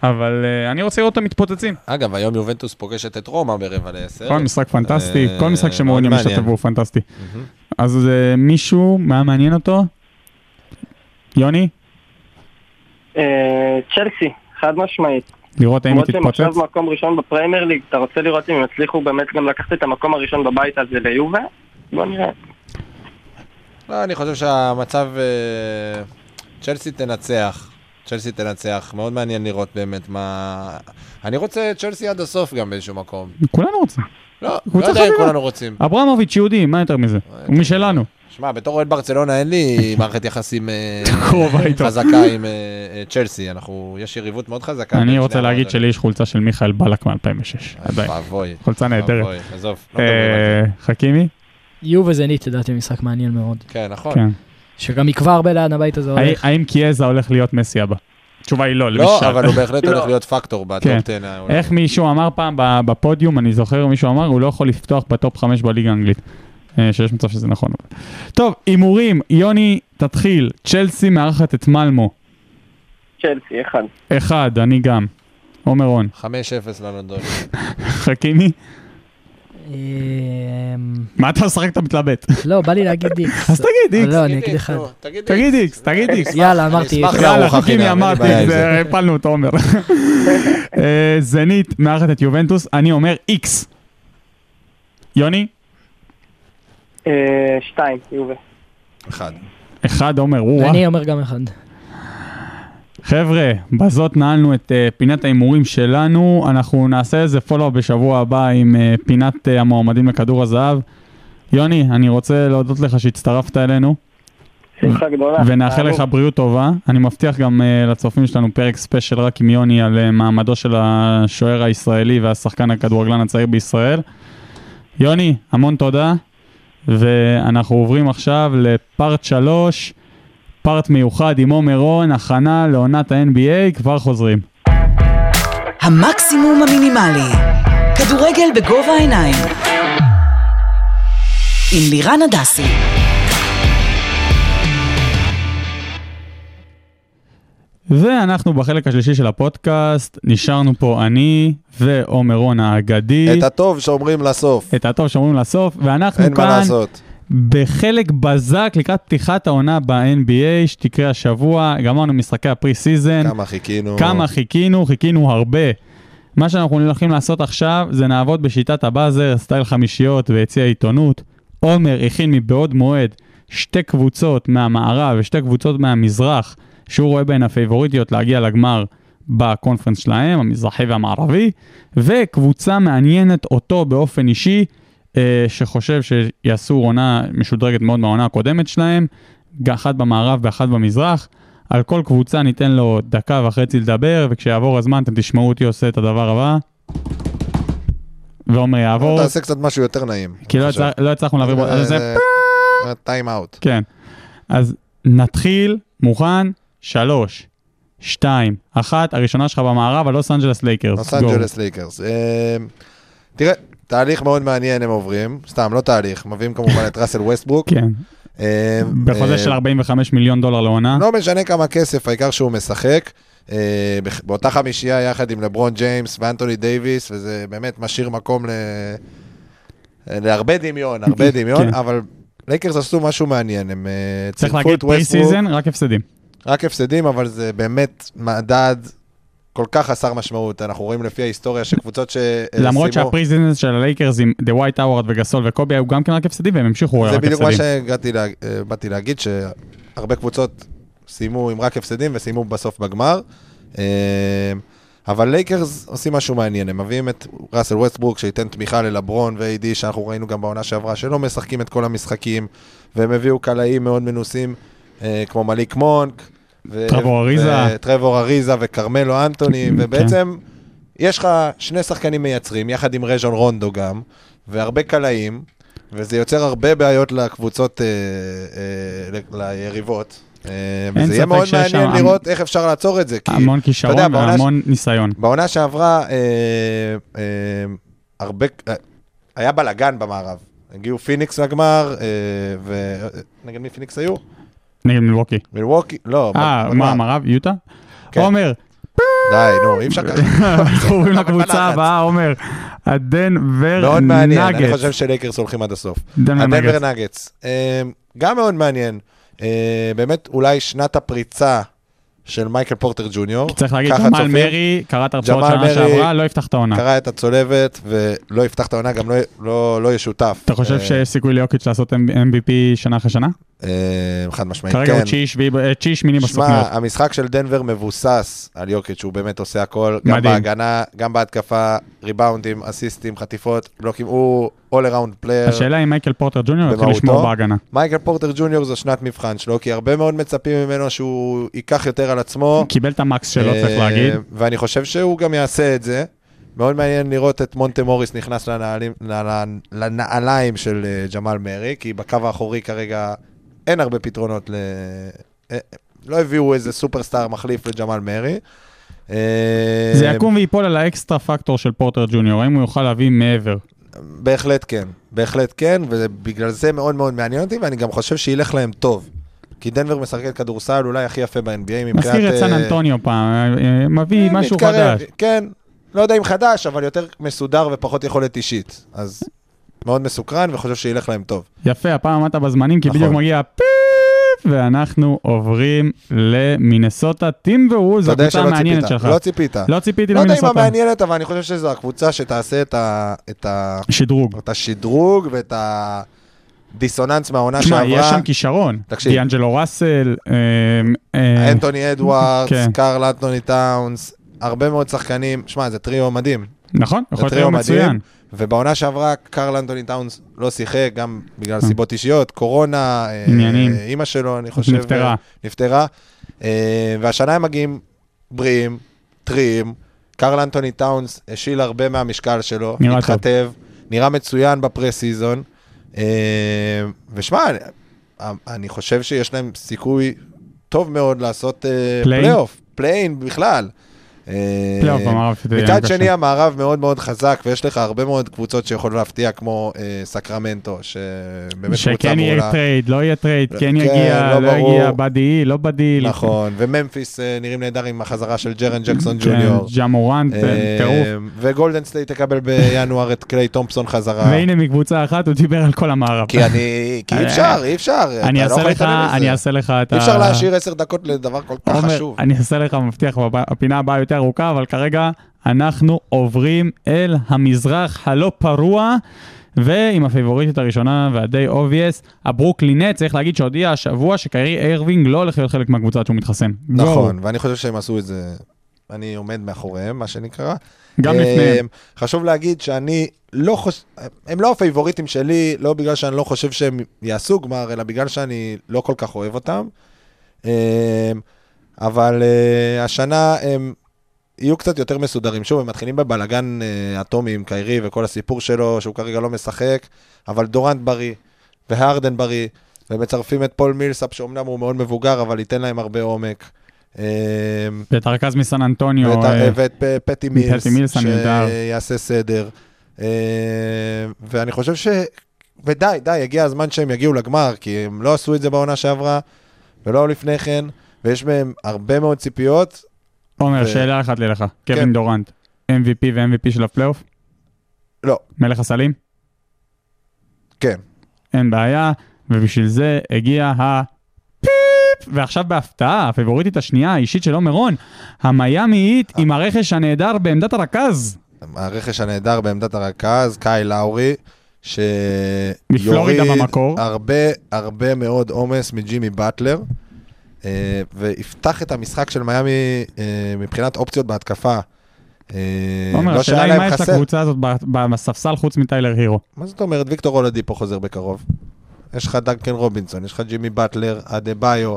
S4: אבל אה, אני רוצה לראות אותם מתפוצצים.
S6: אגב, היום יובנטוס פוגשת את רומא ברבע לעשר.
S4: כל משחק פנטסטי,
S6: אה,
S4: כל משחק שמורידים
S6: מאוד מעניין.
S4: משתתף הוא פנטסטי. אז אה, מישהו, מה מעניין אותו? יוני?
S7: אה, צ'לסי, חד משמעית.
S4: לראות האם היא
S7: למרות שהם עכשיו
S4: תתפוצץ?
S7: מקום ראשון בפריימר ליג, אתה רוצה לראות אם הם יצליחו באמת גם לקחת את המקום הראשון בבית הזה ליובה? בוא נראה.
S6: לא, אני חושב שהמצב... אה, צ'לסי תנצח. צ'לסי תנצח. מאוד מעניין לראות באמת מה... אני רוצה את צ'לסי עד הסוף גם באיזשהו מקום.
S4: כולנו רוצים.
S6: לא, לא
S4: קבוצה
S6: יודע אם
S4: חביבה.
S6: כולנו רוצים.
S4: אברמוביץ' יהודי, מה יותר מזה?
S6: אה, כן,
S4: הוא משלנו.
S6: שמע, בתור אוהד ברצלונה אין לי מערכת יחסים אה,
S4: קרובה איתו.
S6: חזקה עם אה, אה, צ'לסי. אנחנו... יש יריבות מאוד חזקה. בין
S4: אני
S6: שני
S4: רוצה להגיד
S6: המועדונים.
S4: שלי יש חולצה של מיכאל בלק
S6: אה,
S4: מ-2006, עדיין.
S6: אבוי.
S4: חולצה נהדרת.
S6: אבוי, עזוב. אה, לא מדברים על זה.
S4: אה, חכימי?
S5: יו וזנית לדעתי משחק מעניין מאוד.
S6: כן, נכון.
S4: כן.
S5: שגם יקבע הרבה לאן הבית הזה הולך.
S4: האם קיאזה הולך להיות מסי הבא? התשובה היא לא, למי
S6: לא,
S4: ששאל.
S6: אבל הוא בהחלט
S7: לא.
S6: הולך להיות פקטור
S4: כן.
S6: בטופ 10. העולמי.
S4: איך מישהו אמר פעם ב- בפודיום, אני זוכר מישהו אמר, הוא לא יכול לפתוח בטופ 5 בליגה האנגלית. אה, שיש מצב שזה נכון. טוב, הימורים, יוני, תתחיל. צ'לסי מארחת את מלמו.
S7: צ'לסי, אחד.
S4: אחד, אני גם. עומר רון,
S6: 5-0 ללונדון.
S4: חכימי.
S5: אמ,
S4: מה אתה משחק? אתה מתלבט.
S5: לא, בא לי להגיד איקס.
S4: אז תגיד איקס.
S5: לא, אני אגיד אחד.
S4: תגיד איקס, תגיד איקס.
S5: יאללה, אמרתי
S6: אשמח
S5: איקס.
S6: לה-
S4: יאללה,
S6: ארוחה חינם,
S4: חכימי
S6: אין לי
S4: אמרתי,
S6: בעיה עם
S4: זה-
S6: זה.
S4: הפלנו את עומר. אה, זנית מארחת את יובנטוס, אני אומר איקס. יוני?
S7: אה, שתיים, יובה.
S6: אחד.
S4: אחד עומר, וואו.
S5: אני אומר גם אחד.
S4: חבר'ה, בזאת נעלנו את אה, פינת ההימורים שלנו. אנחנו נעשה איזה פולו בשבוע הבא עם אה, פינת אה, המועמדים לכדור הזהב. יוני, אני רוצה להודות לך שהצטרפת אלינו,
S7: שמחה גדולה.
S4: ונאחל לך בריאות טובה. אני מבטיח גם אה, לצופים שלנו פרק ספיישל רק עם יוני על אה, מעמדו של השוער הישראלי והשחקן הכדורגלן הצעיר בישראל. יוני, המון תודה, ואנחנו עוברים עכשיו לפארט 3, פארט מיוחד עם עומר רון, הכנה לעונת ה-NBA, כבר חוזרים.
S3: המקסימום המינימלי. כדורגל בגובה העיניים. עם לירן הדסי.
S4: ואנחנו בחלק השלישי של הפודקאסט, נשארנו פה אני ועומר רון האגדי,
S6: את הטוב שאומרים לסוף.
S4: את הטוב שאומרים לסוף, ואנחנו
S6: אין מה
S4: כאן
S6: לעשות.
S4: בחלק בזק לקראת פתיחת העונה ב-NBA שתקרה השבוע, גמרנו משחקי הפרי סיזן,
S6: כמה חיכינו.
S4: כן. כמה חיכינו, חיכינו הרבה. מה שאנחנו הולכים לעשות עכשיו זה נעבוד בשיטת הבאזר, סטייל חמישיות ויציע עיתונות. עומר הכין מבעוד מועד שתי קבוצות מהמערב ושתי קבוצות מהמזרח שהוא רואה בהן הפייבוריטיות להגיע לגמר בקונפרנס שלהם, המזרחי והמערבי, וקבוצה מעניינת אותו באופן אישי, אה, שחושב שיעשו עונה משודרגת מאוד מהעונה הקודמת שלהם, אחת במערב ואחת במזרח. על כל קבוצה ניתן לו דקה וחצי לדבר, וכשיעבור הזמן אתם תשמעו אותי עושה את הדבר הבא. ועומר יעבור,
S6: תעשה קצת משהו יותר נעים. אה,
S4: כי לא יצא- לא הצלחנו להעביר... בו- אז זה-
S6: טיים אאוט.
S4: כן. אז נתחיל, מוכן, שלוש, שתיים, אחת, הראשונה שלך במערב, הלוס אנג'לס לייקרס.
S6: לוס
S4: go.
S6: אנג'לס ליקרס. אה, תראה, תהליך מאוד מעניין הם עוברים. סתם, לא תהליך. מביאים כמובן את ראסל ווסטברוק.
S4: כן,
S6: אה,
S4: בחוזה
S6: אה,
S4: של 45 מיליון דולר לעונה.
S6: לא משנה כמה כסף, העיקר שהוא משחק. אה, בח- באותה חמישייה יחד עם לברון ג'יימס ואנטוני דייוויס, וזה באמת משאיר מקום ל... להרבה דמיון, הרבה דמיון,
S4: כן.
S6: אבל לייקרס עשו משהו מעניין, הם אה,
S4: צריך
S6: צירפו
S4: להגיד
S6: את אה,
S4: פרי
S6: ווסטברוק,
S4: סיזן, רק הפסדים.
S6: רק הפסדים, אבל זה באמת מדד כל כך חסר משמעות, אנחנו רואים לפי ההיסטוריה שקבוצות ש... אה,
S4: למרות
S6: סיימו-
S4: שהפרי סיזן של הלייקרס עם דה ווייט האוורד וגסול וקובי היו גם כן רק הפסדים והם המשיכו רק
S6: זה בדיוק מה
S4: הפסדים.
S6: שהגעתי, לה- אה, באתי להגיד, שהרבה קבוצות סיימו עם רק הפסדים וסיימו בסוף בגמר. אה, אבל לייקרס עושים משהו מעניין, הם מביאים את ראסל ווסטברוק שייתן תמיכה ללברון ואיי-די שאנחנו ראינו גם בעונה שעברה שלא משחקים את כל המשחקים והם הביאו קלעים מאוד מנוסים אה, כמו מליק מונק ו-
S4: טרבור אריזה. כן.
S6: ו- טרבור אריזה וכרמלו אנטוני ובעצם יש לך שני שחקנים מייצרים יחד עם רז'ון רונדו גם והרבה קלעים וזה יוצר הרבה בעיות לקבוצות, אה, אה, ל- ליריבות. אה, וזה
S4: ספק
S6: יהיה מאוד
S4: שיש
S6: מעניין
S4: שם-
S6: לראות איך אפשר לעצור את זה. כי
S4: המון
S6: אתה יודע,
S4: כישרון
S6: בעונה
S4: והמון ניסיון.
S6: בעונה שעברה, אה, אה, הרבה, אה, היה בלאגן במערב. הגיעו פיניקס לגמר, אה, ו... נגד מי פיניקס היו?
S4: נגד מלווקי.
S6: מילווקי? לא,
S4: אה,
S6: בגמר.
S4: מה, מערב? יוטה?
S6: כן.
S4: עומר,
S6: די, נו, אי אפשר ככה.
S4: אנחנו עוברים לקבוצה
S6: בלחץ.
S4: הבאה, עומר. הדנבר
S6: מאוד מעניין, אני חושב
S4: נגטס.
S6: שלייקרס הולכים עד הסוף.
S4: כן, דנבר
S6: הדנבר
S4: נגטס.
S6: נגטס. אה, גם מאוד מעניין. אה, באמת, אולי שנת הפריצה של מייקל פורטר ג'וניור.
S4: צריך להגיד,
S6: ככה
S4: ג'מאל
S6: צופים.
S4: מרי, קרא את הרצאות
S6: ג'מאל
S4: שנה
S6: מרי-
S4: שעברה, לא יפתח את העונה.
S6: קרע את הצולבת ולא יפתח את העונה, גם לא- לא לא ישותף.
S4: אתה חושב
S6: אה,
S4: שיש סיכוי ליוקיץ' לעשות MVP שנה אחרי שנה?
S6: אה, חד משמעית,
S4: כרגע הוא
S6: כן.
S4: תשיעי, שביעי, ב- אה, תשיעי, שמיני בסוכנות.
S6: שמע, המשחק של דנבר מבוסס על יוקיץ', שהוא באמת עושה הכל, גם
S4: מדהים.
S6: בהגנה, גם בהתקפה, ריבאונדים, אסיסטים, חטיפות, בלוקים, הוא all around player.
S4: השאלה אם מייקל פורטר ג'וניור יתחיל
S6: אה, במהותו.
S4: לשמור בהגנה.
S6: מייקל פורטר ג'וניור זו שנת מבחן שלו, כי הרבה מאוד מצפים ממנו שהוא ייקח יותר על עצמו.
S4: קיבל את המקס שלו,
S6: אה,
S4: צריך להגיד.
S6: ואני חושב שהוא גם יעשה את זה. מאוד מעניין לראות את מונטה מוריס נכנס לנעלים, לנ- לנעליים של אה, ג'מאל מרי, כי בקו האחורי כרגע אין הרבה פתרונות ל... אה, לא הביאו איזה סופרסטאר מחליף לג'מאל מרי. אה,
S4: זה יקום וייפול על האקסטרה פקטור של פורטר ג'וניור, האם הוא יוכל להביא מעבר.
S6: בהחלט כן, בהחלט כן, ובגלל זה מאוד מאוד מעניין אותי, ואני גם חושב שילך להם טוב. כי דנבר משחקת כדורסל אולי הכי יפה ב-NBA מבחינת...
S4: מזכיר את סן
S6: אה,
S4: אנטוניו פעם, אה, אה, מביא
S6: אה,
S4: משהו
S6: מתקרב,
S4: חדש.
S6: כן, לא יודע אם חדש, אבל יותר מסודר ופחות יכולת אישית. אז מאוד מסוקרן וחושב שילך להם טוב.
S4: יפה, הפעם עמדת בזמנים, כי
S6: נכון.
S4: בדיוק מגיע הפיפ, ואנחנו עוברים למינסוטה טימבר וולס,
S6: אתה יודע
S4: הקבוצה
S6: שלא ציפית,
S4: המעניינת שלך.
S6: לא ציפית.
S4: לא ציפיתי
S6: לא יודע אם
S4: למינסוטה.
S6: המעניינת, אבל אני חושב שזו הקבוצה שתעשה את ה- את ה-
S4: שדרוג.
S6: את השדרוג ואת הדיסוננס מהעונה
S4: תשמע, יש
S6: לא, שעברה.
S4: שם כישרון.
S6: תקשיב. אה,
S4: דיאנג'לו ראסל, אמ, אמ,
S6: אנטוני אדוארדס,
S4: כן.
S6: קארל אנטוני טאונס, הרבה מאוד שחקנים. שמע, זה טריו מדהים.
S4: נכון? יכול להיות
S6: זה טריו
S4: היום
S6: מדהים.
S4: מצוין.
S6: ובעונה שעברה, קארל אנטוני טאונס לא שיחק, גם בגלל סיבות אישיות, קורונה, אה,
S4: כן. עניינים.
S6: אה, אימא שלו, אני חושב,
S4: נפטרה.
S6: אה, נפטרה. אה, והשנה הם מגיעים בריאים, טריים. קארל אנטוני טאונס השיל הרבה מהמשקל שלו,
S4: נראה טוב.
S6: התחתב, נראה מצוין בפרה סיזון. אה, ושמע, אני- אני חושב שיש להם סיכוי טוב מאוד לעשות אה,
S4: פליין?
S6: פלייאוף, פליין בכלל. אה,
S4: פלייאוף במערב. זה
S6: מצד
S4: קשה.
S6: שני, המערב מאוד מאוד חזק, ויש לך הרבה מאוד קבוצות שיכולות להפתיע, כמו אה, סקרמנטו, שבאמת קבוצה
S4: שכן יהיה
S6: מעולה.
S4: טרייד, לא יהיה טרייד, כן
S6: כן,
S4: יגיע,
S6: לא
S4: לא יגיע,
S6: ברור.
S4: בדיל, לא בדיל.
S6: נכון, וממפיס אה, נראים נהדר עם החזרה של ג'רן ג'קסון
S4: כן,
S6: ג'וניור.
S4: ג'מורנט, כן,
S6: אה,
S4: טירוף.
S6: וגולדן סטייט תקבל בינואר את קליי תומפסון חזרה.
S4: והנה מקבוצה אחת הוא דיבר על כל המערב.
S6: אה. כי אני... כי אי אפשר, אי אפשר. אתה לא
S4: אני אעשה
S6: יכול
S4: לך,
S6: להתעלם מזה.
S4: אני אעשה לך את ה...
S6: אי אפשר להשאיר עשר דקות לדבר כל כך
S4: עומר,
S6: חשוב.
S4: אני אעשה לך מבטיח, בב- הפינה הבאה יותר ארוכה, אבל כרגע אנחנו עוברים אל המזרח הלא פרוע. ועם הפייבוריטית הראשונה והדי אובייס, הברוקלינט, צריך להגיד שהודיע השבוע שקיירי איירווינג לא הולך להיות חלק מהקבוצה עד שהוא מתחסן.
S6: נכון, ואני חושב שהם עשו את זה... אני עומד מאחוריהם, מה שנקרא.
S4: גו. גם
S6: אה,
S4: לפניהם.
S6: חשוב להגיד שאני לא חושב, הם לא הפייבוריטים שלי, לא בגלל שאני לא חושב שהם יעשו גמר, אלא בגלל שאני לא כל כך אוהב אותם. אה, אבל אה, השנה הם יהיו קצת יותר מסודרים. שוב, הם מתחילים בבלגן אה, אטומי עם קיירי וכל הסיפור שלו, שהוא כרגע לא משחק, אבל דורנט בריא והרדן בריא, ומצרפים את פול מילסאפ, שאומנם הוא מאוד מבוגר, אבל ייתן להם הרבה עומק. אה,
S4: ואת הרכז מסן אנטוניו,
S6: ואת,
S4: אה,
S6: ואת פ- פטי מילס,
S4: פטי מילס הנהדר.
S6: שיעשה סדר. אה, ואני חושב ש... ודי, די, הגיע הזמן שהם יגיעו לגמר, כי הם לא עשו את זה בעונה שעברה, ולא לפני כן, ויש מהם הרבה מאוד ציפיות.
S4: עומר,
S6: ו-
S4: שאלה אחת לי לך, קווין
S6: כן.
S4: דורנט, MVP ו-MVP של הפלייאוף?
S6: לא.
S4: מלך הסלים?
S6: כן.
S4: אין בעיה, ובשביל זה הגיע ה... פיפ! ועכשיו בהפתעה, הפיבוריטית השנייה, האישית של עומר רון, המיאמי היט עם הרכש הנהדר בעמדת הרכז.
S6: אה, הרכש הנהדר בעמדת הרכז, קאי לאורי,
S4: מפלורידה
S6: שיוריד
S4: במקור.
S6: הרבה הרבה מאוד עומס מג'ימי באטלר, אה, ויפתח את המשחק של מיאמי אה, מבחינת אופציות בהתקפה. אה,
S4: עומר,
S6: לא
S4: השאלה
S6: שהיה
S4: היא
S6: להם
S4: מה יש
S6: חסר.
S4: לקבוצה הזאת ב- בספסל חוץ מטיילר הירו.
S6: מה זאת אומרת? ויקטור הולדי פה חוזר בקרוב. יש לך דנקן רובינסון, יש לך ג'ימי באטלר, אדה ביו.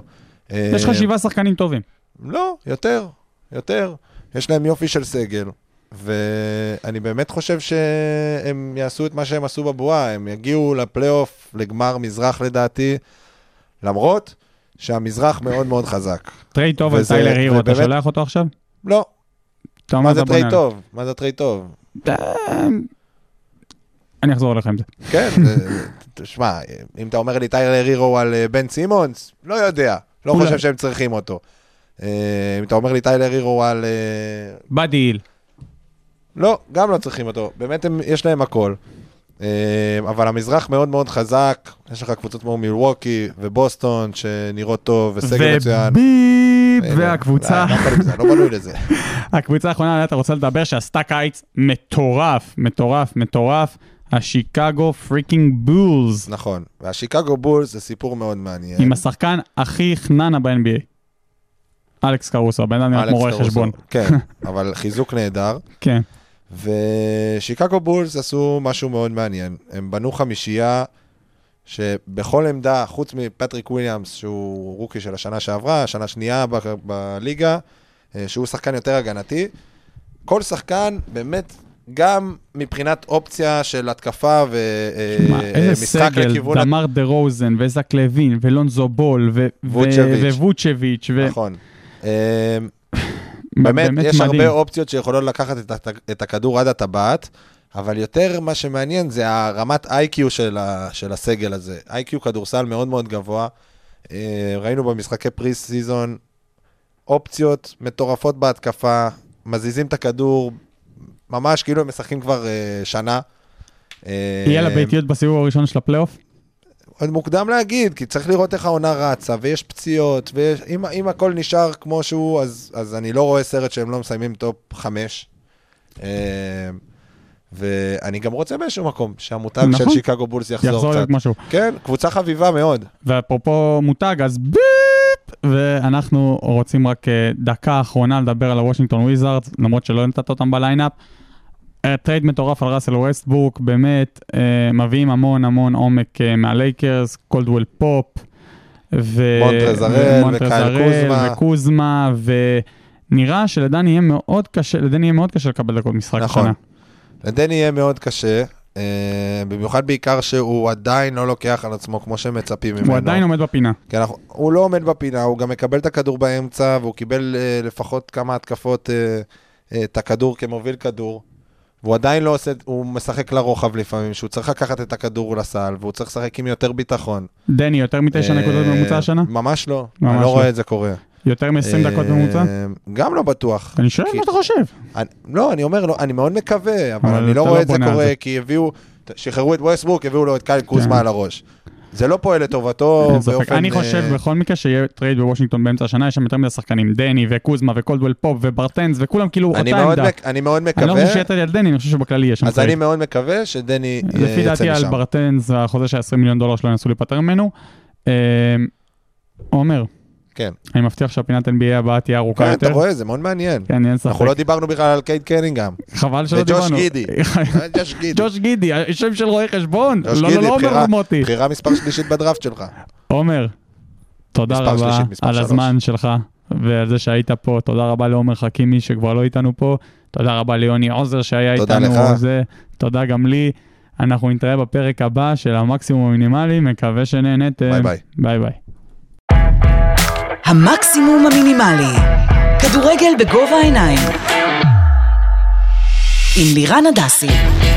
S6: אה,
S4: יש לך שבעה שחקנים טובים.
S6: לא, יותר, יותר. יש להם יופי של סגל, ואני באמת חושב שהם יעשו את מה שהם עשו בבועה, הם יגיעו לפלייאוף, לגמר מזרח לדעתי, למרות שהמזרח מאוד מאוד חזק.
S4: טריי טוב על
S6: וזה-
S4: טיילר הירו, אתה
S6: ובאמת-
S4: שולח אותו עכשיו?
S6: לא,
S4: אתה אומר,
S6: מה זה
S4: אתה
S6: טרי
S4: בונה עליו.
S6: טוב? מה זה טרי טוב?
S4: אני אחזור אליך עם זה.
S6: כן, זה- תשמע, אם אתה אומר לי טיילר הירו על אה, בן סימונס, לא יודע, לא
S4: אולי.
S6: חושב שהם צריכים אותו. אה, אם אתה אומר לי טיילר הירו על... אה,
S4: באדי היל.
S6: לא, גם לא צריכים אותו. באמת הם, יש להם הכל. אה, אבל המזרח מאוד מאוד חזק, יש לך קבוצות כמו מילווקי ובוסטון שנראות טוב וסגל מצוין.
S4: וביפ,
S6: אה, לא,
S4: והקבוצה
S6: לא, לא יכול לזה, לא בנוי לזה.
S4: הקבוצה האחרונה עליה אתה רוצה לדבר שעשתה קיץ מטורף, מטורף, מטורף, השיקגו פריקינג בולס,
S6: נכון. והשיקגו בולס זה סיפור מאוד מעניין.
S4: עם השחקן הכי חננה ב-NBA. אלכס קרוסו, הבן אדם נראה
S6: אלכס
S4: כמו רואה
S6: קרוסו.
S4: חשבון.
S6: כן, אבל חיזוק נהדר.
S4: כן.
S6: ושיקגו בולס עשו משהו מאוד מעניין. הם בנו חמישייה שבכל עמדה, חוץ מפטריק וויליאמס, שהוא רוקי של השנה שעברה, שנה שנייה ב- בליגה, אה, שהוא שחקן יותר הגנתי, כל שחקן באמת גם מבחינת אופציה של התקפה
S4: מה, איזה
S6: ומשחק
S4: סגל,
S6: אה, לכיוון... הת-
S4: דמר דה רוזן, וזק לוין, ולונזו בול, ו- ו-
S6: ווצ'ביץ'.
S4: וווצ'ביץ', ו-
S6: נכון. אה, נכון. באמת, יש
S4: מדהים.
S6: הרבה אופציות שיכולות לקחת את הת- את הכדור עד הטבעת, אבל יותר מה שמעניין זה הרמת איי-קיו של ה- של הסגל הזה. איי-קיו כדורסל מאוד מאוד גבוה. אה, ראינו במשחקי פרי סיזון אופציות מטורפות בהתקפה, מזיזים את הכדור, ממש כאילו הם משחקים כבר אה, שנה. אה,
S4: יהיה לה ביתיות בסיבוב הראשון של הפלייאוף?
S6: עוד מוקדם להגיד, כי צריך לראות איך העונה רצה, ויש פציעות, ואם אם הכל נשאר כמו שהוא, אז, אז אני לא רואה סרט שהם לא מסיימים טופ חמש. אמ, ואני גם רוצה באיזשהו מקום שהמותג
S4: נכון.
S6: של שיקגו בולס יחזור,
S4: יחזור
S6: קצת.
S4: להיות משהו.
S6: כן, קבוצה חביבה מאוד.
S4: ואפרופו מותג, אז ביפ! ואנחנו רוצים רק אה, דקה אחרונה לדבר על הוושינגטון וויזארדס, למרות שלא נתת אותם בליינאפ. אה, טרייד מטורף על ראסל ווסטבורק, באמת, אה, מביאים המון המון עומק אה, מהלייקרס, קולדוול פופ, ו...
S6: מונטרז הראל
S4: ומונטרז
S6: וקייל
S4: הראל
S6: קוזמה.
S4: וקוזמה, ונראה שלדן יהיה מאוד קשה, לדן יהיה מאוד קשה לקבל דקות משחק
S6: נכון.
S4: השנה.
S6: לדני יהיה מאוד קשה, אמ, במיוחד בעיקר שהוא עדיין לא לוקח על עצמו כמו שמצפים ממנו.
S4: הוא עדיין עומד בפינה.
S6: כי אנחנו, הוא לא עומד בפינה, הוא גם מקבל את הכדור באמצע, והוא קיבל אה, לפחות כמה התקפות אה, אה, את הכדור כמוביל כדור. והוא עדיין לא עושה, הוא משחק לרוחב לפעמים, שהוא צריך לקחת את הכדור לסל, והוא צריך לשחק עם יותר ביטחון.
S4: דני, יותר מתשע
S6: אה,
S4: נקודות בממוצע השנה?
S6: ממש לא,
S4: ממש
S6: אני לא
S4: לא.
S6: רואה את זה קורה.
S4: יותר מ-20 דקות
S6: אה,
S4: בממוצע?
S6: גם לא בטוח.
S4: אני שואל
S6: כי-
S4: מה אתה חושב.
S6: אני, לא, אני אומר, לא, אני מאוד מקווה, אבל,
S4: אבל
S6: אני לא
S4: אתה
S6: רואה
S4: לא
S6: את זה
S4: בונה על
S6: קורה,
S4: זה. כן.
S6: כי הביאו, שחררו את ווסטבורק, הביאו לו את קייל קוזמה על הראש. זה לא פועל לטובתו
S4: אין ספק.
S6: באופן...
S4: אני חושב
S6: אה,
S4: בכל מקרה שיהיה טרייד בוושינגטון באמצע השנה, יש שם יותר מדי שחקנים, דני וקוזמה וקולדוול פופ וברטנס וכולם כאילו אותה
S6: אני מאוד,
S4: עמדה.
S6: מק... אני מאוד
S4: אני לא חושב
S6: מקווה,
S4: שיהיה טרייד על דני, אני חושב שבכללי יש שם
S6: אז אני
S4: טרייד.
S6: מאוד מקווה שדני אה,
S4: לפי
S6: יצא
S4: דעתי על
S6: משם.
S4: ברטנס, החוזה של 20 מיליון דולר שלו ינסו להיפטר ממנו. אה, עומר,
S6: כן.
S4: אני מבטיח שהפינת NBA הבאה תהיה ארוכה
S6: כן,
S4: יותר.
S6: אתה רואה, זה מאוד מעניין.
S4: כן, אין ספק.
S6: אנחנו לא דיברנו בכלל על קייד קנינגהם.
S4: חבל שלא
S6: וג'וש
S4: דיברנו.
S6: גידי. אה, ג'וש גידי.
S4: ג'וש גידי, השם של רואה חשבון.
S6: ג'וש
S4: לא,
S6: גידי,
S4: לא, לא
S6: בחירה-
S4: עומר מוטי.
S6: בחירה מספר שלישית בדראפט שלך.
S4: עומר, תודה
S6: מספר
S4: רבה
S6: שלישית, מספר
S4: על
S6: שלוש.
S4: הזמן שלך ועל זה שהיית פה. תודה רבה לעומר חכימי שכבר לא איתנו פה. תודה רבה ליוני עוזר שהיה
S6: תודה
S4: איתנו.
S6: לך.
S4: זה, תודה גם לי. אנחנו נתראה בפרק הבא של המקסימום המינימלי. מקווה שנהנתם.
S6: ביי ביי.
S4: ביי ביי.
S3: המקסימום המינימלי. כדורגל בגובה העיניים. עם לירן הדסי.